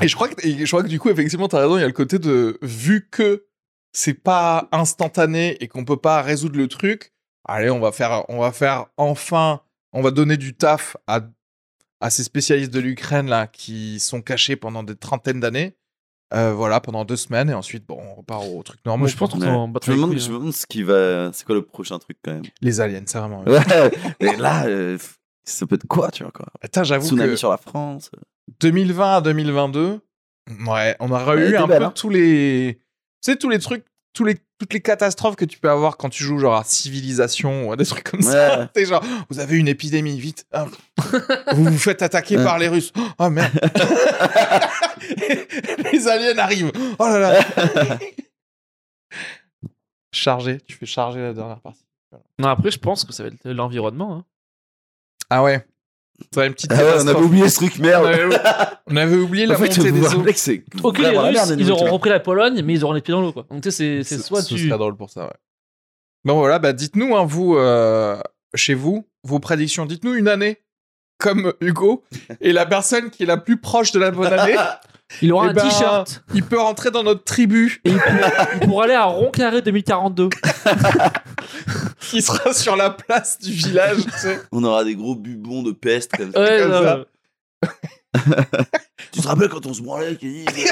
Et je crois que, et je crois que du coup, effectivement, t'as raison, il y a le côté de vu que c'est pas instantané et qu'on peut pas résoudre le truc, allez, on va faire, on va faire enfin, on va donner du taf à, à ces spécialistes de l'Ukraine là qui sont cachés pendant des trentaines d'années. Euh, voilà, pendant deux semaines et ensuite, bon, on repart au truc normal. Moi, je pense qu'on Ouais. s'en bat Je me les demande, couilles, je hein. me demande ce qui va. C'est quoi le prochain truc quand même Les aliens, c'est vraiment. Ouais, *laughs* mais là, euh, ça peut être quoi, tu vois quoi Putain, j'avoue Tsunami que sur la France. 2020 à 2022, ouais, on aura Elle eu était un belle, peu hein. tous les, tu sais, tous les trucs, tous les, toutes les catastrophes que tu peux avoir quand tu joues genre à Civilisation ou à des trucs comme *laughs* ça. Ouais. Ah T'es genre, vous avez une épidémie, vite, *laughs* Ah. vous vous faites attaquer Ouais. par les Russes. Oh merde, *laughs* les aliens arrivent. Oh là là. Chargé, tu fais charger la dernière partie. hein. Non, après, je pense que ça va être l'environnement. hein. Ah ouais. Ça va une petite Ah ouais, on avait catastrophe. oublié ce truc, on, merde. avait... on avait oublié la En fait, montée vous vous des eaux. rappelez que c'est Ok, les vraiment la Russes, merde, les ils auront nourritures. repris la Pologne, mais ils auront les pieds dans l'eau, quoi. Donc, tu sais, c'est- c'est Ce- soit ce tu. serait drôle pour ça, ouais. Bon, voilà, bah, dites-nous, hein, vous, euh, chez vous, vos prédictions. Dites-nous une année, comme Hugo, et la personne qui est la plus proche de la bonne *laughs* année, Il aura Eh un ben- t-shirt il peut rentrer dans notre tribu. pour aller à Roncarré 2042. qui sera *laughs* sur la place du village, tu sais. On aura des gros bubons de peste comme ça. Ouais, Comme non, ça. mais- Tu te rappelles quand on se branlait qu'il dit-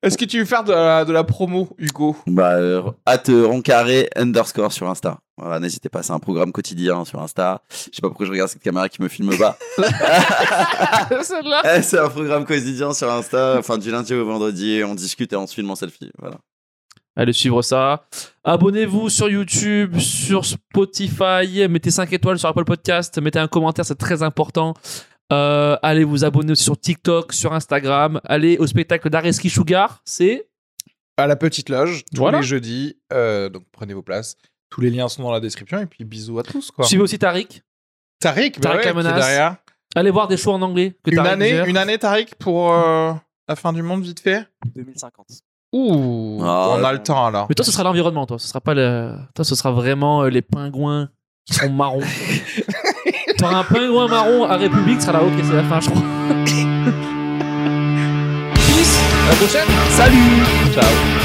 Est-ce que tu veux faire de la, de la promo, Hugo *laughs* Bah, euh, at euh, roncarré underscore sur Insta. Voilà, n'hésitez pas, c'est un programme quotidien sur Insta. Je sais pas pourquoi je regarde cette caméra qui me filme *laughs* pas. Celle-là. Eh, c'est un programme quotidien sur Insta, enfin du lundi au vendredi, on discute et on se filme en selfie. Voilà. Allez suivre ça. Abonnez-vous sur YouTube, sur Spotify. Mettez 5 étoiles sur Apple Podcast. Mettez un commentaire, c'est très important. Euh, allez vous abonner aussi sur TikTok, sur Instagram. Allez au spectacle d'Areski Sugar. C'est À la petite loge, tous Voilà. les jeudis. Euh, donc prenez vos places. Tous les liens sont dans la description. Et puis bisous à tous, quoi. Suivez aussi Tariq. Tariq, bah ouais, Tariq la qui est menace. derrière. Allez voir des shows en anglais. Que Une Tariq année, gère. une année, Tariq, pour euh, la fin du monde, vite fait 2050. Ouh, Ah, on a ouais. le temps, alors. Mais toi, ce sera l'environnement, toi. Ce sera pas le. Toi, ce sera vraiment euh, les pingouins qui sont marrons. T'auras un pingouin marron à République, ce sera la haute et c'est la fin, je crois. Peace. À la prochaine. Salut. Ciao.